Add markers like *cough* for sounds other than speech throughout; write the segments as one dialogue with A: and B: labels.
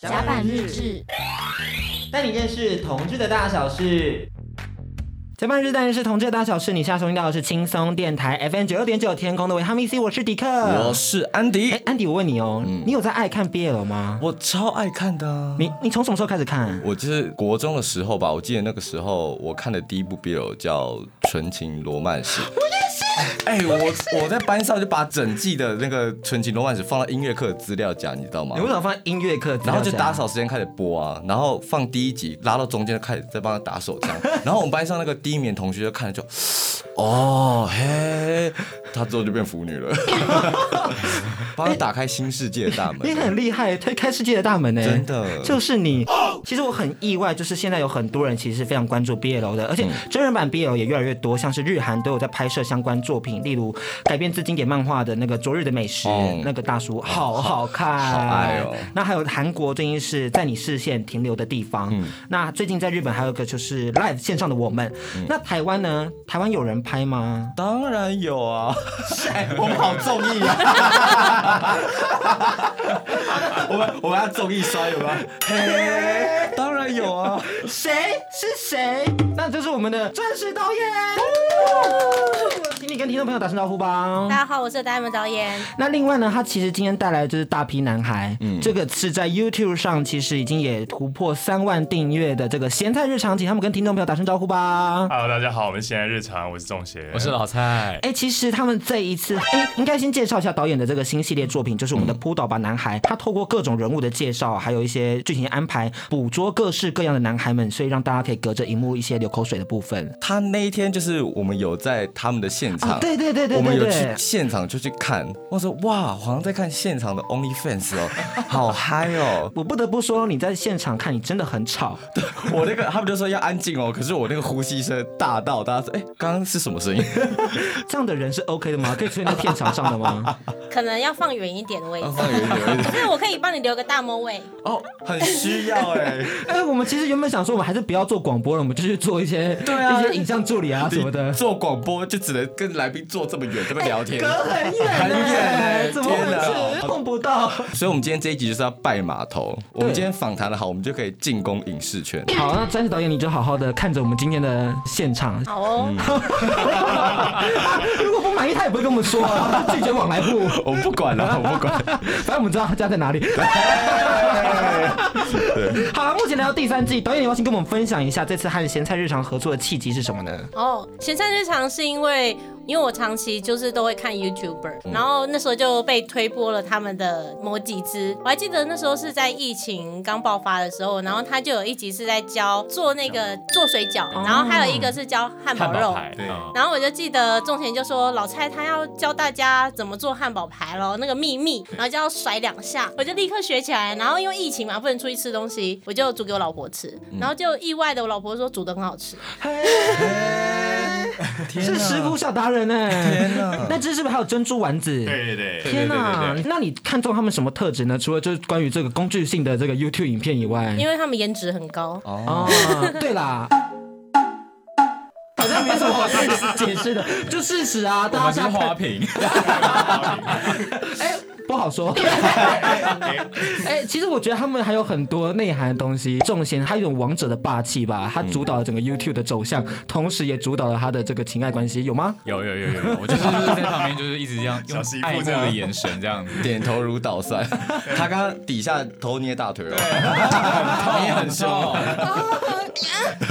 A: 甲板日志，
B: 带你认识同志的大小事。甲板日志带你认识同志的大小事，你下收听到的是轻松电台 FM 九六点九天空的维他命 C，我是迪克，
C: 我是安迪，
B: 呃哎，安迪，我问你哦，你有在爱看 BL 吗？
C: 我超爱看的啊、
B: 你你从什么时候开始看？
C: 我就是国中的时候吧，我记得那个时候我看的第一部 BL 叫《纯情罗
B: *laughs*
C: 曼史》。哎、我我在班上就把整季的那个《纯情罗曼史》放到音乐课的资料夹，你知道吗
B: 你？为什么放音乐课？
C: 然后就打。扫时间开始播啊，然后放第一集，拉到中间就开始在帮他打手
B: *laughs*
C: 枪。然后我们班上那个第一名同学就看了就，哦嘿，他之后就变腐女
B: *laughs*
C: 了，帮他打开新世界的大门。
B: 你很厉害，推开世界的大门呢、
C: 真的
B: 就是你。其实我很意外，就是现在有很多人其实非常关注 BL 的，而
C: 嗯
B: 且真人版 BL 也越来越多，像是日韩都有在拍摄相关作品，例如改编自经典漫画的那个《昨日的美食》，
C: 哦
B: 那个大叔好好看，
C: 好爱哦
B: 那还有韩国最近是在你视线停留的地方，
C: 嗯
B: 那最近在日本还有一个就是 Live 线上的我们，
C: 嗯
B: 那台湾呢？台湾有人拍吗？
C: 当然有啊，
B: 哎我们好啊中意啊！
C: *laughs* 我们我们要综艺刷有吗？嘿，当然有啊。
B: 谁是谁？那就是我们的钻石导演。请你跟听众朋友打声招呼吧
A: 大。家好，我是呆萌导演。
B: 那另外呢，他其实今天带来的就是《大批男孩》，这个是在 YouTube 上其实已经也突破三万订阅的这个咸菜日常，请他们跟听众朋友打声招呼吧。
D: Hello，大家好，我们现在日常，我是仲贤，
E: 我是老蔡，
B: 哎、其实他们这一次，哎、应该先介绍一下导演的这个新系列作品，就是我们的《扑倒吧男孩》。他透过各种人物的介绍，还有一些剧情安排，捕捉各式各样的男孩们，所以让大家可以隔着荧幕一些流口水的部分。
C: 他那一天就是我们有在他们的现场，
B: 哦对对对对对
C: 我们有
B: 对
C: 去现场就去看，我说哇，好像在看现场的 OnlyFans 哦， *laughs* 好嗨哦！
B: 我不得不说，你在现场看，你真的很吵。
C: 我那个他们就说要安静哦，可是我那个呼吸声大到大家说，哎、刚刚是什么
B: *laughs*
C: 声音？
B: 这样的人是 OK 的吗？可以出现在片场上的吗？
A: 可能要放远一点的位
E: 哦
A: 置，
C: 放远一点哦有一点，
A: 但是 *laughs* 我可以帮你留个大摸位。
C: 哦，很需要哎、
B: 哎、我们其实原本想说，我们还是不要做广播了，我们就去做一些对啊一些影像助理啊什么的。
C: 做广播就只能跟来宾坐这么远，这么聊天。
B: 很远、
C: 很远欸
B: 怎么回
C: 天
B: 事？
C: 哪
B: 碰不到。
C: 所以，我们今天这一集就是要拜码头。我们今天访谈的好，我们就可以进攻影视圈。
B: 好，那詹士导演，你就好好的看着我们今天的现场。 *laughs*
A: 好哦，
E: 嗯
B: 如果不满意，他也不会跟我们说、啊，拒绝往来户。
C: *laughs* 我不管 *laughs* 了，我不管。
B: 反正我们知道他家在哪里。 *laughs* 好了，目前来到第三季，导演，你要先跟我们分享一下这次和咸菜日常合作的契机是什么呢？
A: 哦，咸菜日常是因为因为我长期就是都会看 YouTuber，、然
E: 嗯
A: 后那时候就被推播了他们的某几支。我还记得那时候是在疫情刚爆发的时候，然后他就有一集是在教做那个做水饺，然后还有一个是教汉堡
E: 哦汉
A: 肉
E: 堡。排，
C: 对
E: 嗯
A: 然后我就记得仲贤就说老蔡他要教大家怎么做汉堡排咯，那个秘密，然后就要甩两下，我就立刻学起来。然后因为疫情嘛，不能出去吃东西，我就煮给我老婆吃，
C: 嗯
A: 然后就意外的我老婆说煮的很好吃，
B: 是食谱小达人哎、
C: 天哪
B: *laughs* 那这是不是还有珍珠丸子？
D: 对对
E: *laughs*
D: 对，
B: 天
E: 对对对
B: 那你看中他们什么特质呢？除了就是关于这个工具性的这个 YouTube 影片以外，
A: 因为他们颜值很高。
C: 嗯哦，
B: 哦，对啦。好像没什么好解释的，就事实啊，
E: 我
B: 大家
E: 们是
B: 想
E: 花
B: 看，
E: 瓶，
B: *laughs* 哎、不好说。 *laughs* 哎、其实我觉得他们还有很多内涵的东西。仲贤他有一种王者的霸气吧，他主导了整个 YouTube 的走向，同时也主导了他的这个情爱关系，有吗？
E: 有有有有，有我就是在旁边就是一直这样用
D: 小媳妇啊
E: 爱慕
D: 这样
E: 的眼神这样子，
C: 点头如捣蒜。他刚刚底下头捏大腿哦，捏很凶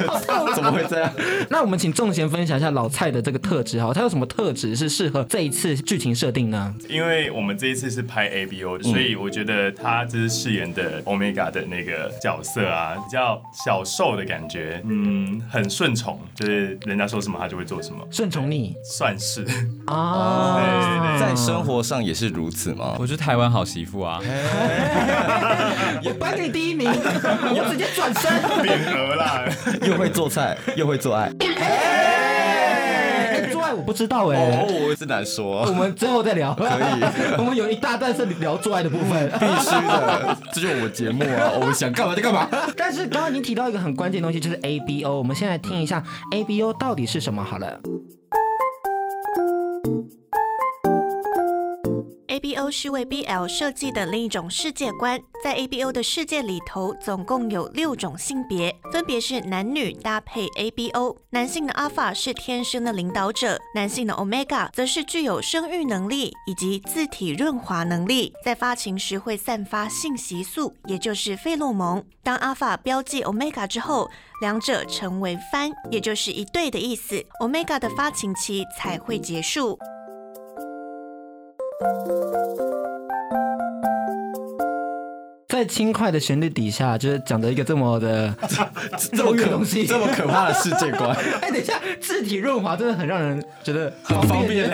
C: 哦，怎么会这样？
B: 那我们请仲贤分享一下老蔡的这个特质哈，他有什么特质是适合这一次剧情设定呢？
D: 因为我们这一次是拍 A B
E: 嗯
D: O，所以我觉得他就是饰演的 Omega 的那个角色啊，比较小瘦的感觉，嗯，很顺从，就是人家说什么他就会做什么，
B: 顺从你
D: 算是
B: 啊， *laughs*
E: 嗯
D: *laughs* 对
C: 在生活上也是如此吗？
E: 我是台湾好媳妇啊，
B: 我颁给你第一名，我直接转身。
D: 匾额啦， *laughs*
C: 又会做菜，又会做爱。
B: 哎做爱我不知道哎、
C: 哦，我真难说
B: 我，们之后再聊。可
C: 以，
B: *laughs* 我们有一大段是聊做爱的部分。 *laughs*
C: 必须的，这就是我们节目啊，我们想干嘛就干嘛。
B: *laughs* 但是刚刚您提到一个很关键的东西，就是 A B O。我们现在听一下 A B O 到底是什么好了。
F: ABO ABO 是为 BL 设计的另一种世界观。在 ABO 的世界里头，总共有六种性别，分别是男女搭配 ABO。男性的 Alpha 是天生的领导者，男性的 Omega 则是具有生育能力以及自体润滑能力，在发情时会散发性激素，也就是费洛蒙。当 Alpha 标记 Omega 之后，两者成为番，也就是一对的意思。Omega 的发情期才会结束。
B: 在轻快的旋律底下，就是讲的一个这么的
C: 这么
B: 肉欲的
C: 可
B: 东西，
C: 这么可怕的世界观，
B: *laughs* 哎，等一下，字体润滑真的很让人觉得
C: 很方 *laughs* 便。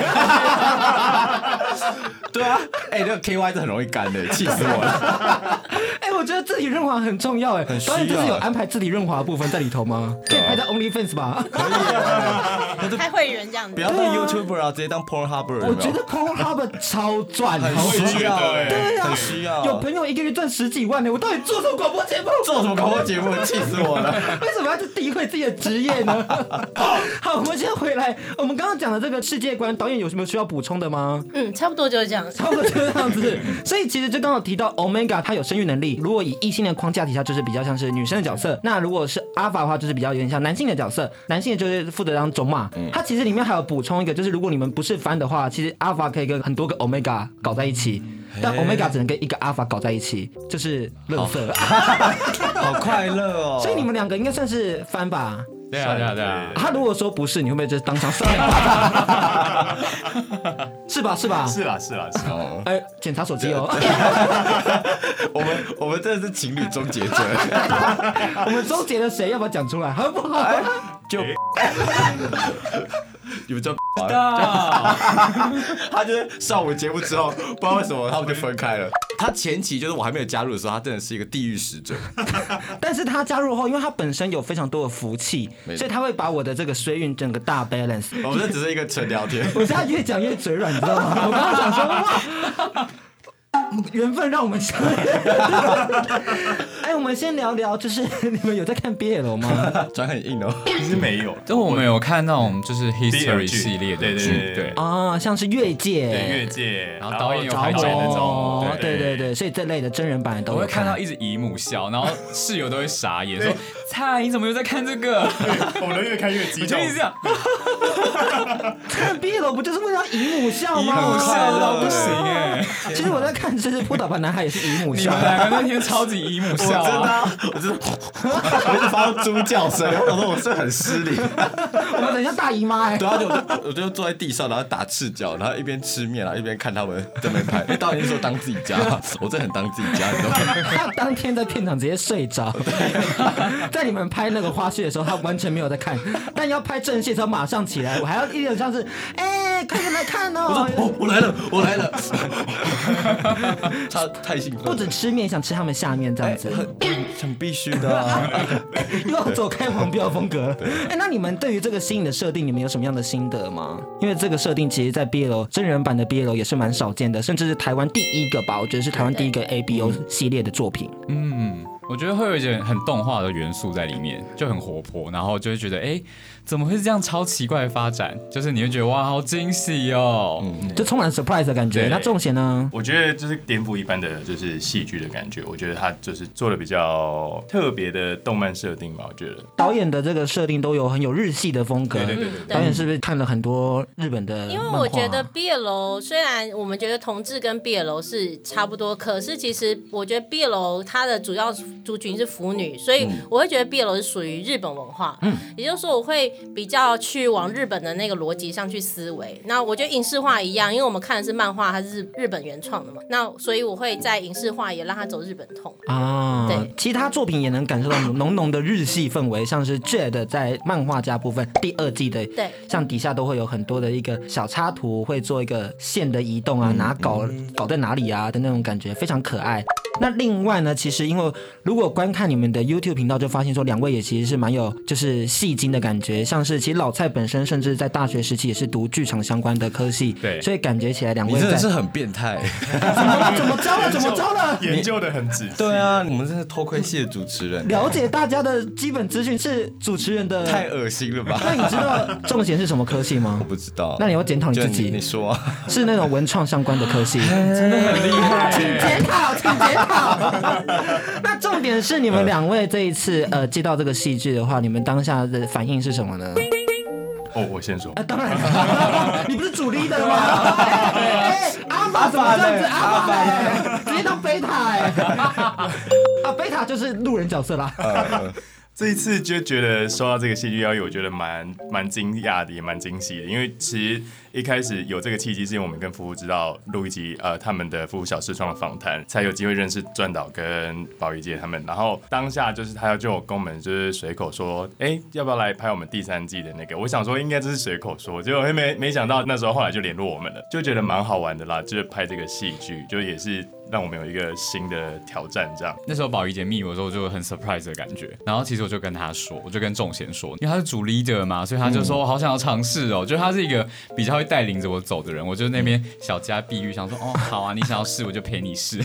C: 对啊，哎、那个 K Y 是很容易干的，气死
B: 啊
C: 我了。
B: 哎、我觉得字体润滑很重要哎，
C: 很需
B: 导演这次有
C: 要啊
B: 安排字体润滑的部分在里头吗？可以拍到 OnlyFans 吧？
A: 开会员这样子
C: 不。要当 YouTuber 啊，直接当 Porn Hub，
B: 我觉得 Pornhub 超赚，好
C: 很需
B: 爽。
C: 要，欸
D: 对
C: 很需要。
B: 有朋友一个月赚十几万呢，我到底做什么广播节目？
C: 做什么广播节目，气死我了。
B: *laughs* 为什么要去诋毁自己的职业呢？ *laughs* 好，我们先回来，我们刚刚讲的这个世界观，导演有什么需要补充的吗？ *laughs*
A: 嗯，差不多就是这样。
B: 差不多就这样子。所以其实就刚好提到 Omega 它有生育能力，如果以异性的框架底下，就是比较像是女生的角色；那如果是 Alpha 的话，就是比较有点像男性的角色。男性就是负责当种马。它其实里面还有补充一个，就是如果你们不是番的话，其实 Alpha 可以跟很多个 Omega 搞在一起。但 Omega 只能跟一个 Alpha 搞在一起，就是乐色。
C: 好快乐哦！
B: *laughs* 所以你们两个应该算是番吧？
E: 对啊，对啊，对啊。
B: 他如果说不是，你会不会就是当场扇他一巴掌？是吧？是吧？
D: 是啦是啦是啦，
C: 哦
B: 哎，检查手机哦。
C: *laughs* 我们我们真的是情侣终结者，
B: *laughs* 我们周杰的谁要不要讲出来？好不好？
C: 就你们知道吗 *laughs* 他就是上我节目之后，不知道为什么他们就分开了。他前期就是我还没有加入的时候，他真的是一个地狱使者，
B: 但是他加入后，因为他本身有非常多的福气，
C: 没错
B: 所以他会把我的这个衰运整个大 balance。
C: *laughs* 我们这只是一个纯聊天。
B: 我现在越讲越嘴软，你知道吗？我刚刚想说哇。缘分让我们相遇。哎，我们先聊聊，就是你们有在看 BL 吗？
C: *laughs* 转很硬哦，
D: 其实没有。
E: 就我们有看那种就是
D: BL 剧
E: history 系列的
D: 对对
E: 剧，
D: 对
E: 对
D: 对，
B: 啊，像是越
D: 对
B: 界，
D: 越界，
E: 然后导演有
D: 找
E: 拍
D: 我
E: 成
D: 那
B: 哦
D: 种，
B: 对对对，所以这类的真人版都
E: 我
B: 有
E: 会看到一直姨母笑，然后室友都会傻眼，说：“蔡，你怎么又在看这
D: *laughs*
E: 个？”
D: 对，我们都越看越激
E: 我就
D: 动
E: 一。直这样，
B: 看 BL 不就是为了要姨母笑吗？
E: 姨母笑到不行
B: 对啊
E: 哎！
B: 其实我在看，就是《扑倒吧男孩》也是姨母
E: 你 *laughs*
B: 笑
E: 们。两个那天超级姨母
C: 我 *laughs* 真
E: 笑
C: 的
E: 啊！
C: 啊，我真的，我一直发出猪叫声，我想说我是很失礼。
B: 我们等一下大姨妈哎、
C: *laughs* 对啊，就我就我就坐在地上，然后打赤脚，然后一边吃面啊，一边看他们在那边 *laughs* 拍。因为导演是说当自己家 *laughs* 嘛，我真的很当自己家，你知道吗？
B: 他当天在片场直接睡着， *laughs* 在你们拍那个花絮的时候，他完全没有在看，但要拍正戏的时候马上起来，我还要一脸像是，哎、快点来看哦！
C: 哦，我来了，我 *laughs* 来了，他太兴奋了，
B: 不止吃面，想吃他们下面这样子，
C: 哎很很必须的啊。
B: *laughs* 又要走开黄标风格了。哎、那你们对于这个新颖的设定，你们有什么样的心得吗？因为这个设定其实，在 BL 真人版的 BL 也是蛮少见的，甚至是台湾第一个吧，我觉得是台湾第一个 ABO
D: 嗯
B: 系列的作品。
E: 我觉得会有一点很动画的元素在里面，就很活泼，然后就会觉得，哎，怎么会是这样超奇怪的发展？就是你会觉得哇，好惊喜哦！
D: 嗯
B: 就充满 surprise 的感觉。
E: 对
B: 那仲贤呢？
D: 我觉得就是颠覆一般的就是戏剧的感觉，我觉得他就是做了比较特别的动漫设定吧，我觉得。
B: 导演的这个设定都有很有日系的风格。
D: 对对对对
A: 对
B: 导演是不是看了很多日本的漫画？啊
A: 因为我觉得 BL 虽然我们觉得同志跟 BL 是差不多，可是其实我觉得 BL 它的主要族群是腐女，所
B: 嗯
A: 以我会觉得 BL 是属于日本文化。嗯，也就是说我会比较去往日本的那个逻辑上去思维。那我觉得影视化一样，因为我们看的是漫画，它是日日本原创的嘛，那所以我会在影视化也让它走日本痛。
B: 啊，
A: 对
B: 其他作品也能感受到浓浓的日系氛围，像是 Jade 在漫画家部分第二季的，
A: 对
B: 像底下都会有很多的一个小插
A: 嗯
B: 图，会做一个线的移动啊，哪搞搞在哪里啊的那种感觉，非常可爱。那另外呢，其实因为如果观看你们的 YouTube 频道，就发现说两位也其实是蛮有就是戏精的感觉，像是其实老蔡本身甚至在大学时期也是读剧场相关的科系，
E: 对
B: 所以感觉起来两
C: *laughs* 你
B: 位
C: 真
B: 在
C: 的是很变态。
B: 怎么了？怎么着了？怎么着了？
D: 研究的很仔细。
C: 对啊，我们真是偷窥系的主持人，
B: 了解大家的基本资讯是主持人的。
C: 太恶心了吧？
B: *laughs* 那你知道仲贤是什么科系吗
C: 我？不知道，
B: 那你要检讨你
C: 就
B: 自己
C: 你说啊，
B: 是那种文创相关的科系。
E: 很厉害耶、
B: 检讨，请检讨。 *laughs* 那重点是你们两位这一次呃接到这个戏剧的话，你们当下的反应是什么呢？
D: 哦，我先说
B: 啊，，当然， *laughs* 你不是主力的吗？哎阿法怎么这样子？阿法哎，直接当贝塔哎。 *laughs* 啊，贝塔就是路人角色啦。
D: 这一次就觉得收到这个戏剧邀约，我觉得蛮蛮惊讶的，也蛮惊喜的。因为其实一开始有这个契机，是因为我们跟夫妇知道录一集呃他们的夫妇小视窗的访谈，才有机会认识转导跟宝仪姐他们。然后当下就是他就有跟我们就是随口说，哎、要不要来拍我们第三季的那个？我想说应该就是随口说，结果没没想到那时候后来就联络我们了，就觉得蛮好玩的啦，就是拍这个戏剧，就也是让我们有一个新的挑战这样。
E: 那时候宝仪姐密我的时候，我就很 surprise 的感觉。然后其实我就跟她说，我就跟仲贤说，因为他是主 leader 嘛，所以他就说，我好想要尝试哦。就是他是一个比较会带领着我走的人，我就那边小家碧玉，想说，哦，好啊，你想要试，我就陪你试。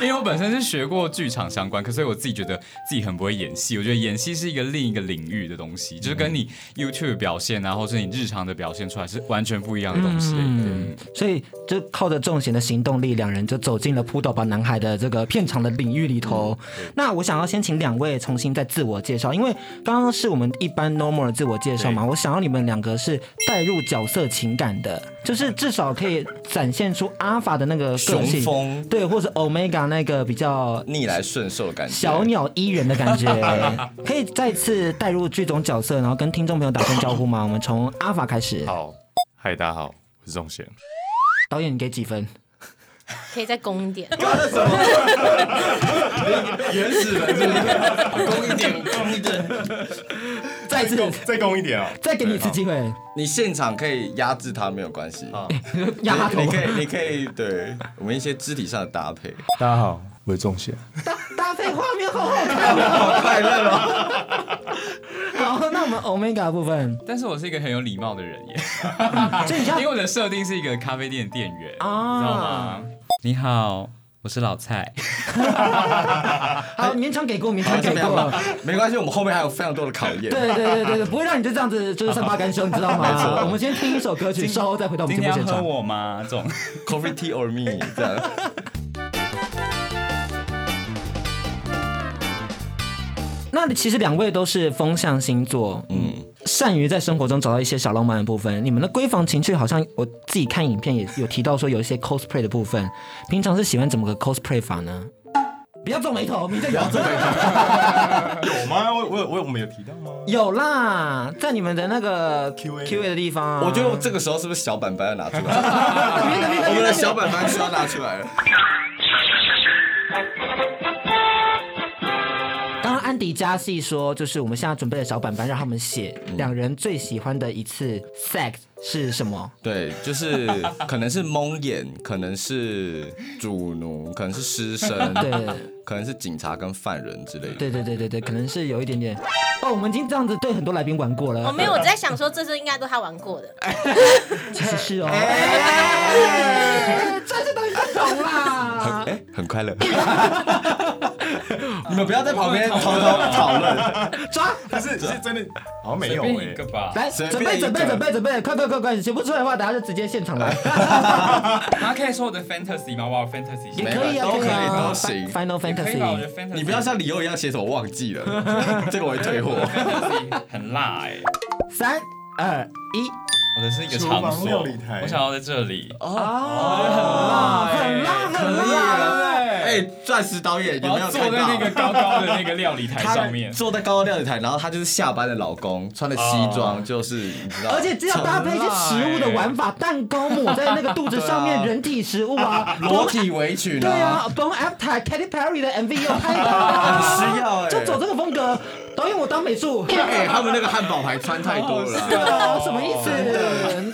E: 因为我本身是学过剧场相关，可所以我自己觉得自己很不会演戏。我觉得演戏是一个另一个领域的东西，就是跟你 YouTube 表现啊，或是你日常的表现出来是完全不一样的东西。
B: 嗯，所以就靠着重贤的行动力，两人就走进了扑倒吧男孩的这个片场的领域里头。那我想要先请两位重新再自我介绍，因为刚刚是我们一般 normal 的自我介绍嘛，我想要你们两个是带入角色情感的，就是至少可以展现出阿法的那个个
C: 雄
B: 性，
C: 风
B: 对，或者 omega 那个比较。
C: 逆来顺受的感觉。
B: 小
C: *laughs*
B: 鸟依人的感觉，可以再次带入剧中角色，然后跟听众朋友打声招呼吗？我们从阿法开始，
D: 好，嗨，大家好，我是钟贤。
B: 导演你给几分？
A: 可以再攻一点。
C: *laughs* 原始人是不是， *laughs* 攻一点，攻一点。
B: 再次
D: 攻再攻一点哦，
B: 再给你一次机会，
C: 你现场可以压制他没有关系，
B: 压他头
C: 你你。可以，你可以，对我们一些肢体上的搭配，
G: 大家好，我是仲贤。
B: *laughs* 搭搭配画面好好看，
C: 好快乐哦。
B: 好，那我们 Omega 的部分
E: 但是我是一个很有礼貌的人耶，
B: 所以你像
E: 因为我的设定是一个咖啡店店员，
B: 啊
E: 你知道吗？你好，我是老蔡。
B: 好勉强给过，勉
C: 好，
B: 强给
C: 怎么样
B: 过。
C: 吧？没关系，我们后面还有非常多的考验。
B: 对对对对对，不会让你就这样子就是善罢甘休，你知道吗？我们先听一首歌曲，稍后再回到我们
E: 今
B: 节
E: 天
B: 目现
E: 要喝
B: 场。
E: 我吗？这种
C: Coffee tea or me 这样。
B: 那其实两位都是风象星座，嗯，善于在生活中找到一些小浪漫的部分。你们的闺房情趣好像我自己看影片也有提到说有一些 cosplay 的部分，平常是喜欢怎么个 cosplay 法呢？不要皱眉头，你在摇头。
D: 有吗？我我有我有我们有提到吗？
B: 有啦，在你们的那个
D: Q&A
B: Q A 的地方啊、
C: 我觉得我这个时候是不是小板板要拿
B: *laughs*
C: 出来？
B: 别别别
C: 我们的小板板是要拿出来了。
B: 刚刚安迪加戏说，就是我们现在准备的小板板，让他们写两人最喜欢的一次 sex 是什么？
C: 对，
B: *laughs*
C: 就是可能是蒙眼，可能是主奴，可能是师生，
B: 对，
C: 可能是警察跟犯人之类的。
B: 对对对对对，可能是有一点点。哦，我们已经这样子对很多来宾玩过了。
A: 我哦没有，我在想说这次应该都他玩过的。
B: 其实是哦。哎这就等于不懂啊啦。
C: 哎，很快乐。 *laughs* 你们不要在旁边 *laughs* 偷偷讨论，
B: 抓，
D: 可是是真的啊好像没有
E: 随
D: 哎、
E: 便一个吧。
B: 来，
C: 随
B: 准
C: 便
B: 备
C: 一
B: 准备
C: 个
B: 准备准备，快快快快，写不出来的话，等下就直接现场
C: *laughs*
B: 来。
E: 然后可以说我的 fantasy 吗？我有 fantasy
B: 也
C: 没
B: 可以啊，
C: 都
B: 以啊
C: 可以都行
B: Final
E: *laughs* 也可以吧？我觉
B: Fantasy。
E: 得 fantasy
C: 你不要像理由一样写什么忘记了， *laughs* 这个我会退货。
E: fantasy 很辣哎。
B: 三二一，
E: 我的是一个
D: 厨
E: 场
D: 房
E: 所
D: 料理台，
E: 我想要在这里。
B: 哦，很辣很辣。
C: 哎，钻石导演
E: 我
C: 有没
E: 要
C: 有
E: 坐
C: 看
E: 在那个
C: 到？
E: 高高的那个料理台
C: 他
E: 上面。
C: 坐在高高料理台，然后他就是下班的老公，穿的西装，就是你知道，
B: 而且只要搭配一些食物的玩法，蛋糕抹在那个肚子上面，
C: 对啊
B: 人体食物
C: *laughs*
B: 啊，
C: 裸体围裙，
B: 对啊，，Bon Appetit Katy Perry 的 MV 又拍到
C: 很
B: 啊，
C: 需要哎
B: 就走这个风格。导用我当美
C: *laughs*
B: 术。
C: 哎，他们那个汉堡排穿太多了
B: 对啊，
C: 啦，
B: 什么意思？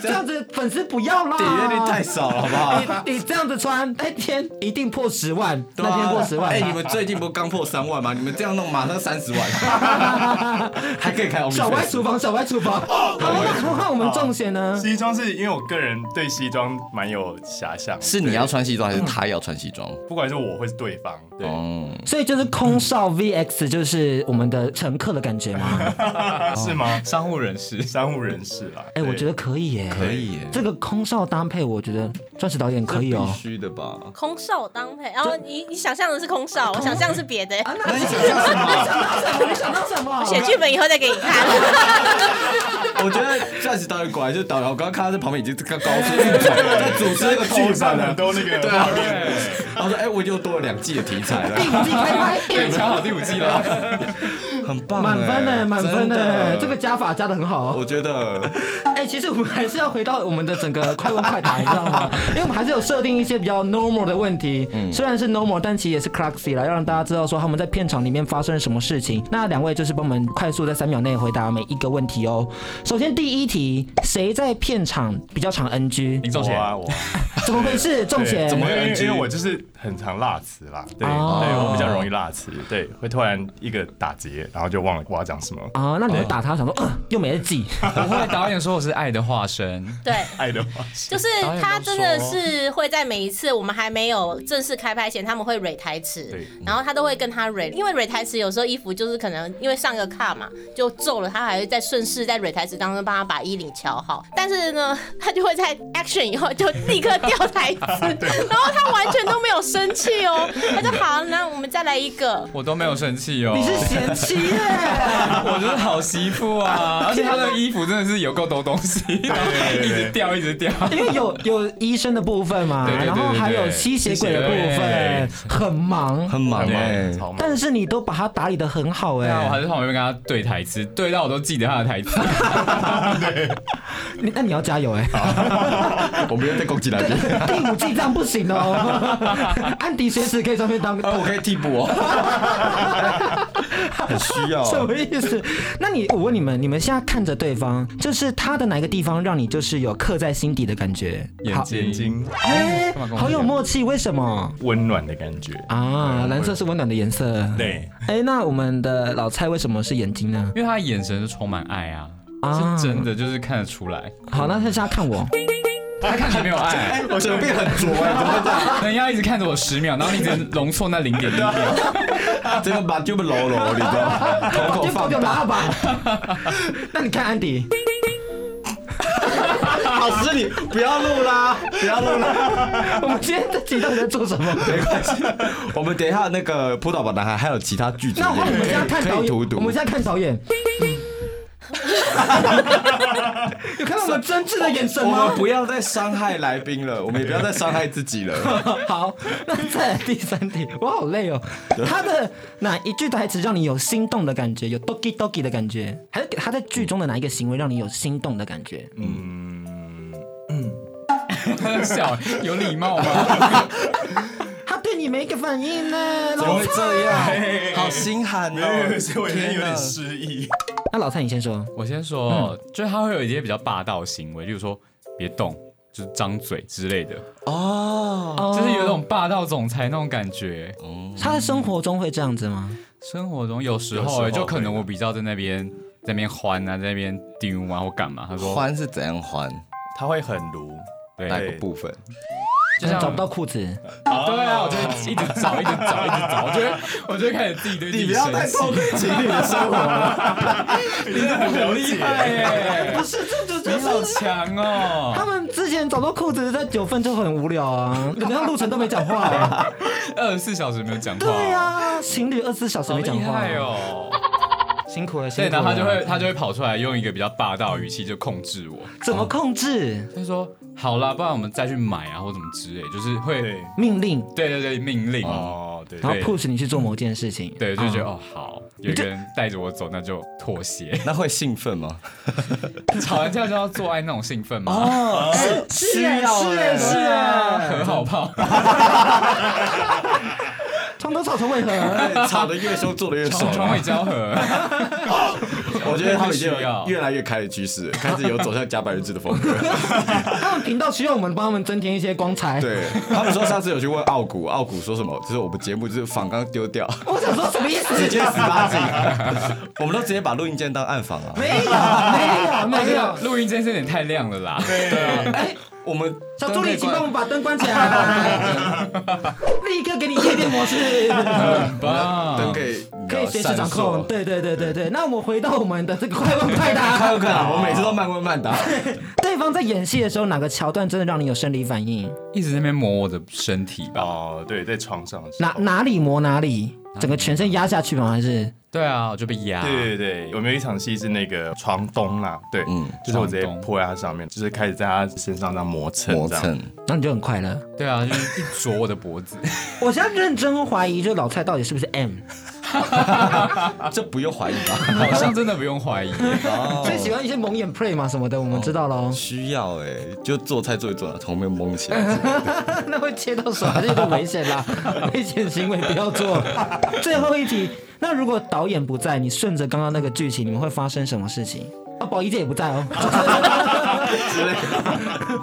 B: 这样子粉丝不要啦！
C: 点阅率太少了，好啊不好？
B: 你你这样子穿，那天一定破十万，
C: 对啊
B: 那天破十万。
C: 哎，你们最近不是刚破三万吗？你们这样弄，马上三十万，
B: *laughs*
C: 还可以开 OnlyFans
B: 小歪厨房，小歪厨
C: *laughs*
B: 房。好，那换我们中选呢？
D: 西装是因为我个人对西装蛮有遐想，
C: 是你要穿西装还是他要穿西装？
D: 不管是我或是对方，对，
C: 哦，
B: 所以就是空少 VX，就是我们的乘客的感觉嘛。
D: *laughs* 是吗？
E: 商务人士。
D: 商务人士啦，
B: 哎，我觉
D: 得
B: 得可以耶，
C: 可以耶，
B: 这个空少搭配，我觉得钻石导演可以哦
C: 必。须的吧？
A: 空少当配，然后你你想象的是空少，我想象是别的。欸
B: 那你想到什么？你想到什么？
A: 写剧本以后再给你看。
C: 我觉得钻石导演果然就是导演，我刚刚看他在旁边已经高速运转了，在主持那
D: *laughs*
C: 个
D: 头
C: 剧
D: 上
C: 本
D: 很
C: 了。
D: 多那
C: *laughs*
D: 个
C: 对啊
D: 画面，
C: 然后说：“哎，我又多了两季的题材了，
B: 哎自己开拍。
E: 对，抢好第五季了，
C: 很棒，
B: 满分
C: 哎
B: 呢，满分
C: 真
B: 呢
C: 的，
B: 这个加法加的很好哦。
C: 我觉得
B: 哎、其实我们还是要回到我们的整个快问快答，你知道吗？因为我们还是有设定一些比较 normal 的问题，虽然是 normal，但其实也是 classy 啦，要让大家知道说他们在片场里面发生了什么事情。那两位就是帮我们快速在三秒内回答每一个问题哦。首先第一题，谁在片场比较常 NG？
E: 林仲
D: 我
E: 贤，
D: 啊我啊，
B: 怎么回事？仲贤，
D: 怎么
C: 会
D: 因为
C: NG
D: 因为我就是很常辣词啦，对，对
B: 哦
D: 我比较容易辣词，对，会突然一个打结，然后就忘了我要讲什么。
B: 啊？那你会打他，想说，呃、又没得记。 *laughs*
E: 不会，导演说我是爱的化身，
A: *laughs* 对，
D: 爱的话是
A: 就是他真的是会在每一次我们还没有正式开拍前，他们会蕊台词
D: 对，
A: 然后他都会跟他蕊，因为蕊台词有时候衣服就是可能因为上个卡嘛就皱了，他还会在顺势在蕊台词当中帮他把衣领调好，但是呢，他就会在 action 以后就立刻掉台
D: *laughs*
A: 词，
D: 啊
A: 然后他完全都没有生气哦，他就好，那我们再来一个，
E: 我都没有生气哦。
B: 你是贤妻耶！
E: *laughs* 我就是好媳妇啊，而且她的衣服真的是有够多东西，一直掉一直掉。
B: 因为有有医生的部分嘛，
E: 对对对
B: 然后还有
E: 对对
B: 吸血鬼的部分，很忙，
C: 很忙
D: 很
C: 哎
D: 忙，超忙。
B: 但是你都把它打理的很好哎、
E: 对啊，我还是旁边跟她对台词，对到我都记得她的台词。
B: 你那你要加油
E: *laughs*
B: 哎、
C: 我们又在攻击来宾。
B: 第五季这样不行
E: *laughs*
B: 哦，安迪随时可以上面当。
C: 啊，我可以替补哦，很需要。
B: 什么意思？那你我问你们，你们现在看着对方，就是他的哪个地方让你就是有刻在心底的感觉？
E: 眼
B: 好，
D: 眼
E: 睛，
D: 睛
B: 哎、
E: 干嘛跟我
B: 好有
E: 讲
B: 默契，为什么？
D: 温暖的感觉，
B: 啊，蓝色是温暖的颜色。。
D: 对，
B: 哎、那我们的老蔡为什么是眼睛呢？
E: 因为她的眼神就充满爱啊，
B: 啊
E: 是真的，就是看得出来，
B: 好，那他现在看我。
E: 她看起来没
C: *laughs*
E: 有爱。
C: 哎我觉得变很浊哎，怎么讲？
E: 人家一直看着我十秒，然后你只能容错那零点一秒，
C: 这个把就不揉揉，你知道吗？瞳孔
B: 就搞
C: 放
B: 掉
C: 大，
B: 喇叭。 *laughs* 那你看安
C: *laughs*
B: 迪，
C: 老师你不要录啦，不要录啦。
B: 我们今天这集到底在做什么？
C: 没关系，我们等一下那个扑倒吧男孩还有其他剧集
B: 那我们现
C: 也
B: 在看
C: 可
B: 导
C: 以
B: 演，
C: 荼毒
B: 我。们现在看导
C: *laughs*
B: 演。有看到我们真挚的眼神
C: 我
B: 吗
C: 们？不要再伤害来宾了，我们也不要再伤害自己了。
B: *laughs* 好，那再来第三题，我好累哦。他的哪一句台词让你有心动的感觉，有 doki doki 的感觉？还是他在剧中的哪一个行为让你有心动的感觉？
E: 她在笑，有礼貌吗？
B: 他对你没一个反应呢，
C: *laughs* *laughs* 怎么
B: 老
C: 会
B: 蔡。
C: 这样？好心寒哦！
D: 所以我今天
C: 天
D: 有点
C: 哪
D: 失忆。
B: 那老蔡你先说，
E: 我先说，就是他会有一些比较霸道的行为，例如说别动，就是张嘴之类的，
C: 哦，
E: 就是有一种霸道总裁那种感觉。
B: 他在生活中会这样子吗？
E: 生活中有时
D: 有时
E: 候、
D: 候
E: 欸、就可能
D: 会
E: 我比较在那边在那边欢啊，在那边丢啊或干嘛。他说，
C: 还是怎样还？
D: 他会很撸，
E: 对，
C: 哪个部分？
E: 就像
B: 找不到裤子。
E: 对啊，我就一直找，一直找，一直找，我就会我就会开始自己对自己生气。
C: 露情侣的生活了。
D: 你真的很了解
E: 哎、
B: 不是，这就
E: 你好
B: 就是
E: 强
B: 他
E: 哦！
B: 们之前找到裤子在九份就很无聊 *laughs* 啊，人家陆晨都没讲 *laughs* 话、欸。
E: 二十四小时没有讲话，
B: 对啊，情侣二十四小时
E: 好
B: 没
E: 厉
B: 讲话，
E: 害哦！
B: 辛苦了，辛
E: 对，
B: 苦了。
E: 然后他就会他就会跑出来，用一个比较霸道的语气就控制我，
B: 怎么控制
E: 他就说好啦，不然我们再去买啊，或怎么之类，就是会
D: 对
B: 命令，
E: 对对对命令，啊
D: 哦，对
B: 然后
E: 对
B: push 你去做某件事情？
E: 对，就觉得、
B: 啊
E: 哦好，有一个人带着我走，那就妥协。
C: *laughs* 那会兴奋吗？
E: *laughs* 吵完架就要做爱那种兴奋吗？ *laughs*
B: 哦，是是
C: 需要
B: 是
C: 欸
B: 是啊，
E: 很好泡，
B: 床头吵成 *laughs* 为
C: *laughs*
B: 何？
C: 吵得越凶，做得越爽啊
E: 床。床尾交 *laughs* 合，
C: 我觉得他们已经
E: 需要
C: 有越来越开的趋势了，开始有走向加百日制的风 *laughs* 格。
B: 他们频道需要我们帮他们增添一些光彩。，
C: 对他们说上次有去问奥古，奥古说什么？就是我们节目就是仿刚丢掉，
B: 我想说什么意思？
C: 直接十八禁，我们都直接把录音键当暗访啊。
B: 没有，没有，没有。
E: 录音间是有点太亮了啦。
B: 哎，
C: 我们
B: *laughs* 小助理，请帮我们把灯关起来。 *laughs* 立刻给你夜店模 *laughs* 式。
E: 很棒，
C: 灯可以
B: 可以随时掌控，。
C: 你知道闪烁
B: 对对对对对。那我们回到我们的这个快问快
C: *laughs* 看
B: *laughs*
C: 不
B: 答，
C: 看啊？我每次都慢问慢答。
B: 对方在演戏的时候，哪个桥段真的让你有生理反应？
E: 一直在那边磨我的身体吧。
D: 哦，对，在床上的时
B: 哪
D: 候
B: 哪里磨哪里，整个全身压下去吗？还是
E: 对啊，我就被压。
D: 对对对，有没有一场戏是那个床咚啦？对，
C: 嗯
D: 就是我直接
E: 床咚
D: 泼在他上面，就是开始在他身上这样磨蹭，
C: 磨
D: 这样
C: 蹭，
B: 那你就很快乐？
E: 对啊，就是一啄我的脖 *laughs* 子，
B: 我现在认真怀疑，就是老蔡到底是不是 M？
C: 这不用怀疑吧？
E: 好像真的不用 *laughs* 怀疑。
B: 所以喜欢一些蒙眼 play 嘛什么的，我们知道喽。
C: *laughs* 需要哎，就做菜做一做，从面蒙起 *laughs* 来。
B: *laughs* 那会切到手，还是有点危险啦，危险行为不要做。最后一题，那如果导演不在，你顺着刚刚那个剧情，你们会发生什么事情？啊，宝仪姐也不在哦。 *laughs*
C: *laughs*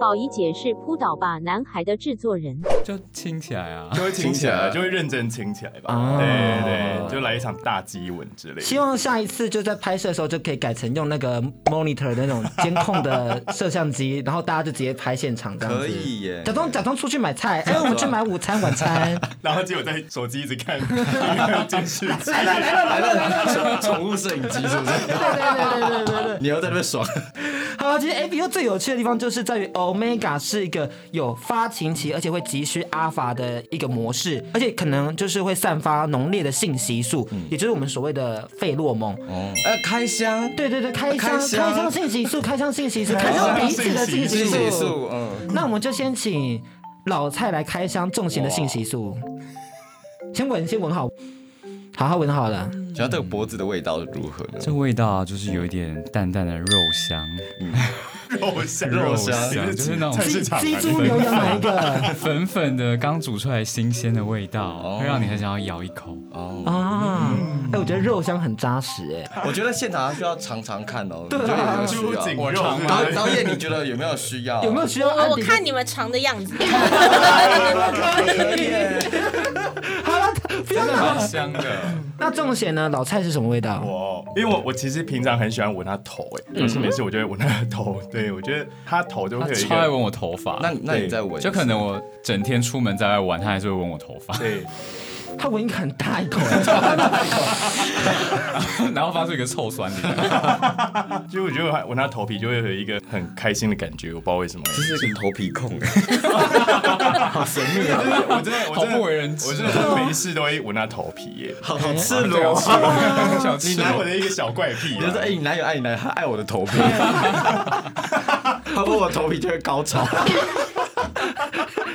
G: 宝仪姐是扑倒吧男孩的制作人。
E: 就亲起来啊！
D: 就会亲起
C: 亲起来
D: 来，就会认真亲起来吧。
B: 啊
D: 对对对，就来一场大激吻之类的。
B: 希望下一次就在拍摄的时候就可以改成用那个 monitor 的那种监控的摄像机，然后大家就直接拍现场这样子。
C: 可以耶
B: 假装假装出去买菜，哎，我们去买午餐晚餐。
D: 然后结果在手机一直看看电视剧，
B: 来了来了来
C: 来
B: 了！
C: 了，宠宠物摄影机是不
B: 对
C: 是？
B: 对对对对对对。
C: 你要在那边爽，
B: 好，其实 A B U 最有趣的地方就是在于 Omega 是一个有发情期，而且会急需阿法的一个模式，而且可能就是会散发浓烈的性激素，也就是我们所谓的费洛蒙。
C: 呃，开箱，
B: 对对对，开箱、
C: 开
B: 开
C: 箱
B: 箱性激素、开箱性激素、开箱彼此的性激
C: 性
B: 素
C: 激素，。嗯，
B: 那我们就先请老蔡来开箱重型的性激素，先闻，先闻好，好好闻好了。
C: 想要这个脖子的味道如何呢？
E: 这味道啊，就是有一点淡淡的肉香，
D: 肉香
C: 肉香
E: 就是那种
D: 菜
B: 鸡
D: 市场
B: 鸡
D: 啊
B: 猪牛羊哪一个？ *laughs*
E: 粉粉的，刚煮出来新鲜的味道，会让你很想要咬一口。
C: 哦，
B: 啊，哎、我觉得肉香很扎实、哎。
C: 我觉得现场还需要尝尝看哦。对，有没有需
D: 猪颈
C: 要？
D: 肉吗
C: 导导演，你觉得有没有需要？
B: 有没有需要按
A: 我我
B: 点
A: 看你们尝的样 *laughs* 子，
B: 可以。好了，不要
E: 真的
B: 拿。
E: 蛮香的，
B: 那重险呢？老蔡是什么味道？
D: 我，因为我我其实平常很喜欢闻他头，哎，有事没事我就会闻他的头。对，我觉得他头就
E: 他
D: 会有一
E: 超爱
D: 个，
E: 闻我头发。
C: 那那你再闻一次，
E: 就可能我整天出门在外玩，他还是会闻我头 *laughs* 发，
D: 对，
B: 他闻一个很大一口，
E: 然后发出一个臭酸的。
D: 就我觉得闻他头皮就会有一个很开心的感觉，我不知道为什么。
C: 这是个头皮控哎， *laughs* 好神秘
D: 真
C: 啊，
D: 的我真的我真
E: *laughs* 好
D: 的
E: 不为人知啊
D: 我真的每一次都会闻他头皮耶。
C: 好啊好赤
D: 这个
C: 裸
D: 好。吃吗
E: *laughs* 小吃
D: 你拿我的一个小怪癖啊，
C: 你就说，哎，你男友爱你男友，他爱我的 *laughs* 头皮，他摸我头皮就会高潮。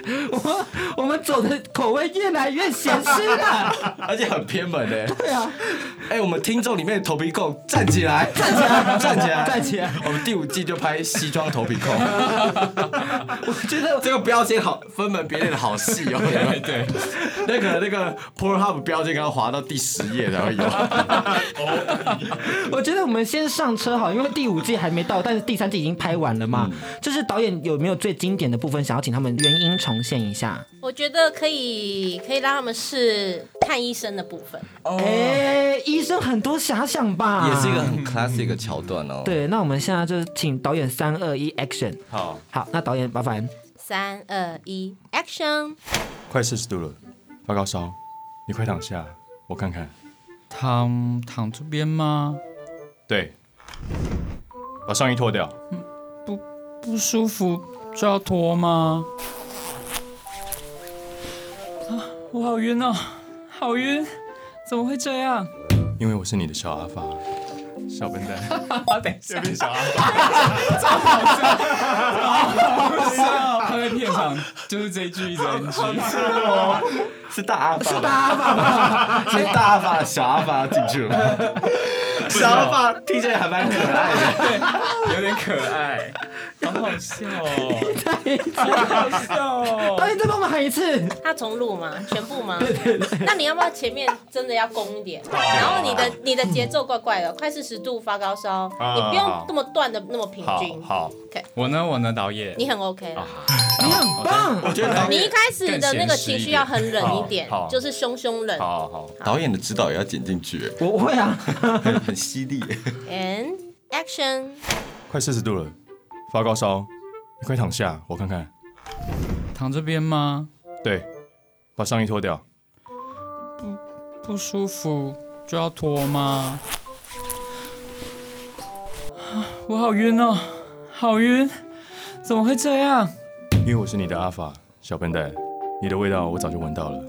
C: *laughs*
B: 我我们走的口味越来越咸湿了。
C: 而且很偏门哎、
B: 对啊，
C: 哎、我们听众里面的头皮控站起来，站起来，站起来，
B: 站起来！
C: 我们第五季就拍西装头皮控，
B: 我觉得
C: 这个标签好分门别类的好细 *laughs* 哦。
E: 对对，
C: 那个那个 Pornhub 标签刚刚滑到第十页才会有。哦
B: 我觉得我们先上车好，因为第五季还没到，但是第三季已经拍完了嘛。
C: 嗯
B: 就是导演有没有最经典的部分，想要请他们原音重现一下？
A: 我觉得可以可以让他们试看医生的部分。
B: 哎，医生很多遐想吧？
C: 哦也是一个很 classic 的桥段哦。，
B: 对。那我们现在就请导演三二一 action。
D: 好，
B: 好，那导演麻
C: *laughs*
B: 烦。
A: 三二一，Action！
D: 快四十度了，发高烧，你快躺下，我看看。
E: 躺躺这边吗？
D: 对，把上衣脱掉。
E: 不舒服就要脱吗？啊，我好晕哦，好晕，怎么会这样？
D: 因为我是你的小阿发，小笨蛋。
E: 等一下
D: 这，边 *laughs* 小阿发，
E: 他在片场就是这一句一直 NG，
C: 是大阿发，是大阿发， *laughs* 是大阿发，小阿发进去 *laughs* 了。小阿发听起来还蛮可爱的，
E: 有点可爱。好好笑哦，好好笑哦。
B: 导演再帮我们喊一次，
A: 他重录吗？全部
D: *laughs*
A: 吗？那你要不要前面真的要攻一点？然后你的你的节奏怪怪的，快四十度发高烧，
D: 啊
A: 你不用这么断的那么平
D: 好
A: 均。
D: 好，
A: OK，
E: 我呢，我呢，导演，
A: 你很 OK 啦
E: 啊
B: 你很棒。
C: *laughs* 我觉得导
A: 你
C: 演
A: 一开始的那个情绪要很冷一点
D: 更显示一点好，
A: 就是凶凶冷。
D: 好好，
C: 导演的指导也要剪进去，
B: 我会啊，
C: 很很犀利。
A: And action，
D: 快四十度了，发高烧，你快躺下，我看看。
E: 躺这边吗？
D: 对，把上衣脱掉。
E: 不舒服就要脱吗？啊我好晕哦，好晕，怎么会这样？
D: 因为我是你的阿法小笨蛋，你的味道我早就闻到了，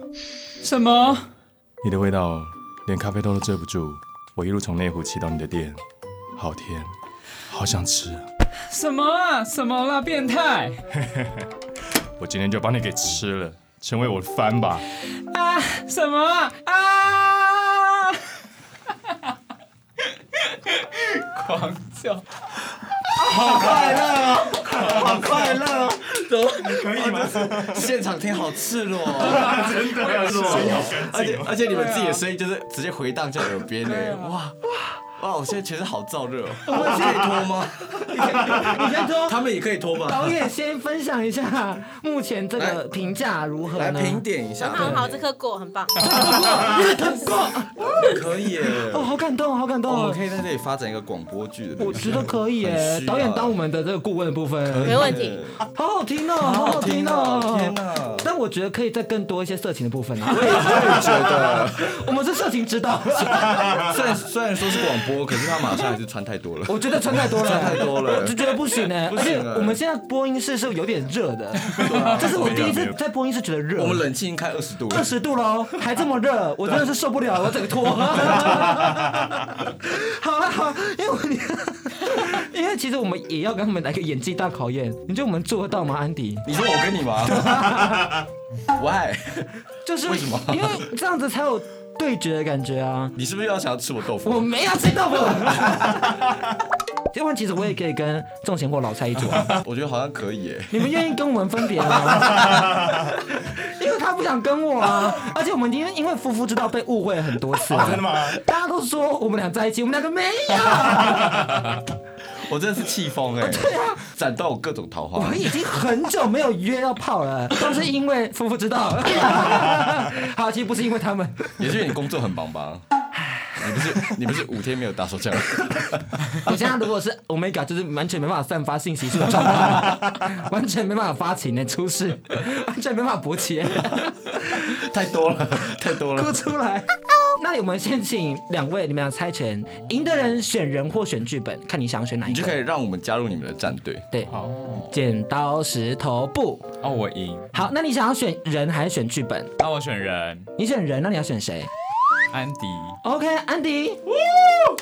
E: 什么？
D: 你的味道连咖啡豆都遮不住。我一路从内湖骑到你的店，好甜，好想吃，
E: 什么啊？什么啦？变态
D: 我今天就把你给吃了，成为我的番吧。
E: 啊？什么啊？啊！狂叫！
C: 好快乐哦！怎么可以吗？ *laughs* 现场听好赤裸哦，
D: *laughs* 真的要
C: 而且而且你们自己的声音就是直接回荡在耳边呢，哇哇！我现在全身好燥热哦，我可以脱吗？
B: 你先说。
C: 他们也可以脱吗？
B: *laughs* 导演先分享一下目前这个评价如何
C: 来
B: 呢？
C: 评点一下，
A: 好好，这颗果
D: *laughs*
A: 很棒。
C: 可以耶。
B: *laughs* 哦，好感动，好感动
C: 我
B: 哦
C: 们可。以在这里发展一个广播剧的，
B: 我觉得可以耶
C: 很需，要
B: 导演当我们的这个顾问的部分，
A: 没问题，
B: 好好听哦，好好听哦，
C: 天哪！
B: 但我觉得可以再更多一些色情的部分啊。我也觉 *laughs* 得，我们是色情之道。
C: *laughs* *laughs* 虽然虽然说是广播，可是他马上还是穿太
B: *laughs*
C: 多了。
B: 我觉得穿太多了，
C: 穿太多了
B: 我就觉得不行哎。而且
C: 行啊哎
B: 我们现在播音室是有点热的，这是我第一次在播音室觉得热。
C: 我们冷气已经开二十度
B: 二
C: 了，
B: 十度喽，还这么热，我真的是受不了，我整个 *laughs* 脱。好了好啦，啊因为 *laughs* 我因为其实我们也要跟他们来个演技大考验，你觉得我们做得到吗，安迪？
C: 你说我跟你吗？Why？ *laughs*
B: 就是
C: 为什么
B: 因为这样子才有对决的感觉啊。
C: 你是不是要想要吃我
B: *laughs*
C: 豆
B: 我
C: 腐？ *laughs*
B: 没有吃豆腐。要不然其实我也可以跟仲贤或老蔡一组 *laughs* 啊，
C: 我觉得好像可以耶。
B: 你们愿意跟我们分别吗？ *laughs* 因为他不想跟我啊，而且我们因为因为夫妇之道被误会很多次、啊，真的吗？
D: *laughs*
B: 大家都说我们俩在一起，我们两个没有，
C: 我真的是气疯哎！对啊，斩断我各种
B: *laughs*
C: 桃
B: 我
C: 花
B: 们。已经很久没有约到炮 *laughs* 了，都是因为夫妇之 *laughs* 道。好，其实不是因为他 *laughs* 们，
C: *laughs* 也是因为你工作很忙吧？你不是你不是五天没有打手枪？
B: 我现在如果是 Omega，就是完全没办法散发信息素的状 *laughs* 态，完全没办法发情呢，出事，完全没办法勃 *laughs* 起，
C: *laughs* 太多 *laughs* 了，太多
B: 哭
C: 了。
B: 出来。那我们先请两位，你们俩猜拳，赢的人选人或选剧本，看你想选哪一
C: 你就
B: 个
C: 可。以让我们加入你们的战队。
B: 对，剪刀石头布。
E: 哦，我赢。
B: 好，那你想要选人还是选剧本？
E: 那我选人，
B: 你选人，那你要选谁
E: 安迪。
B: ？OK，安迪，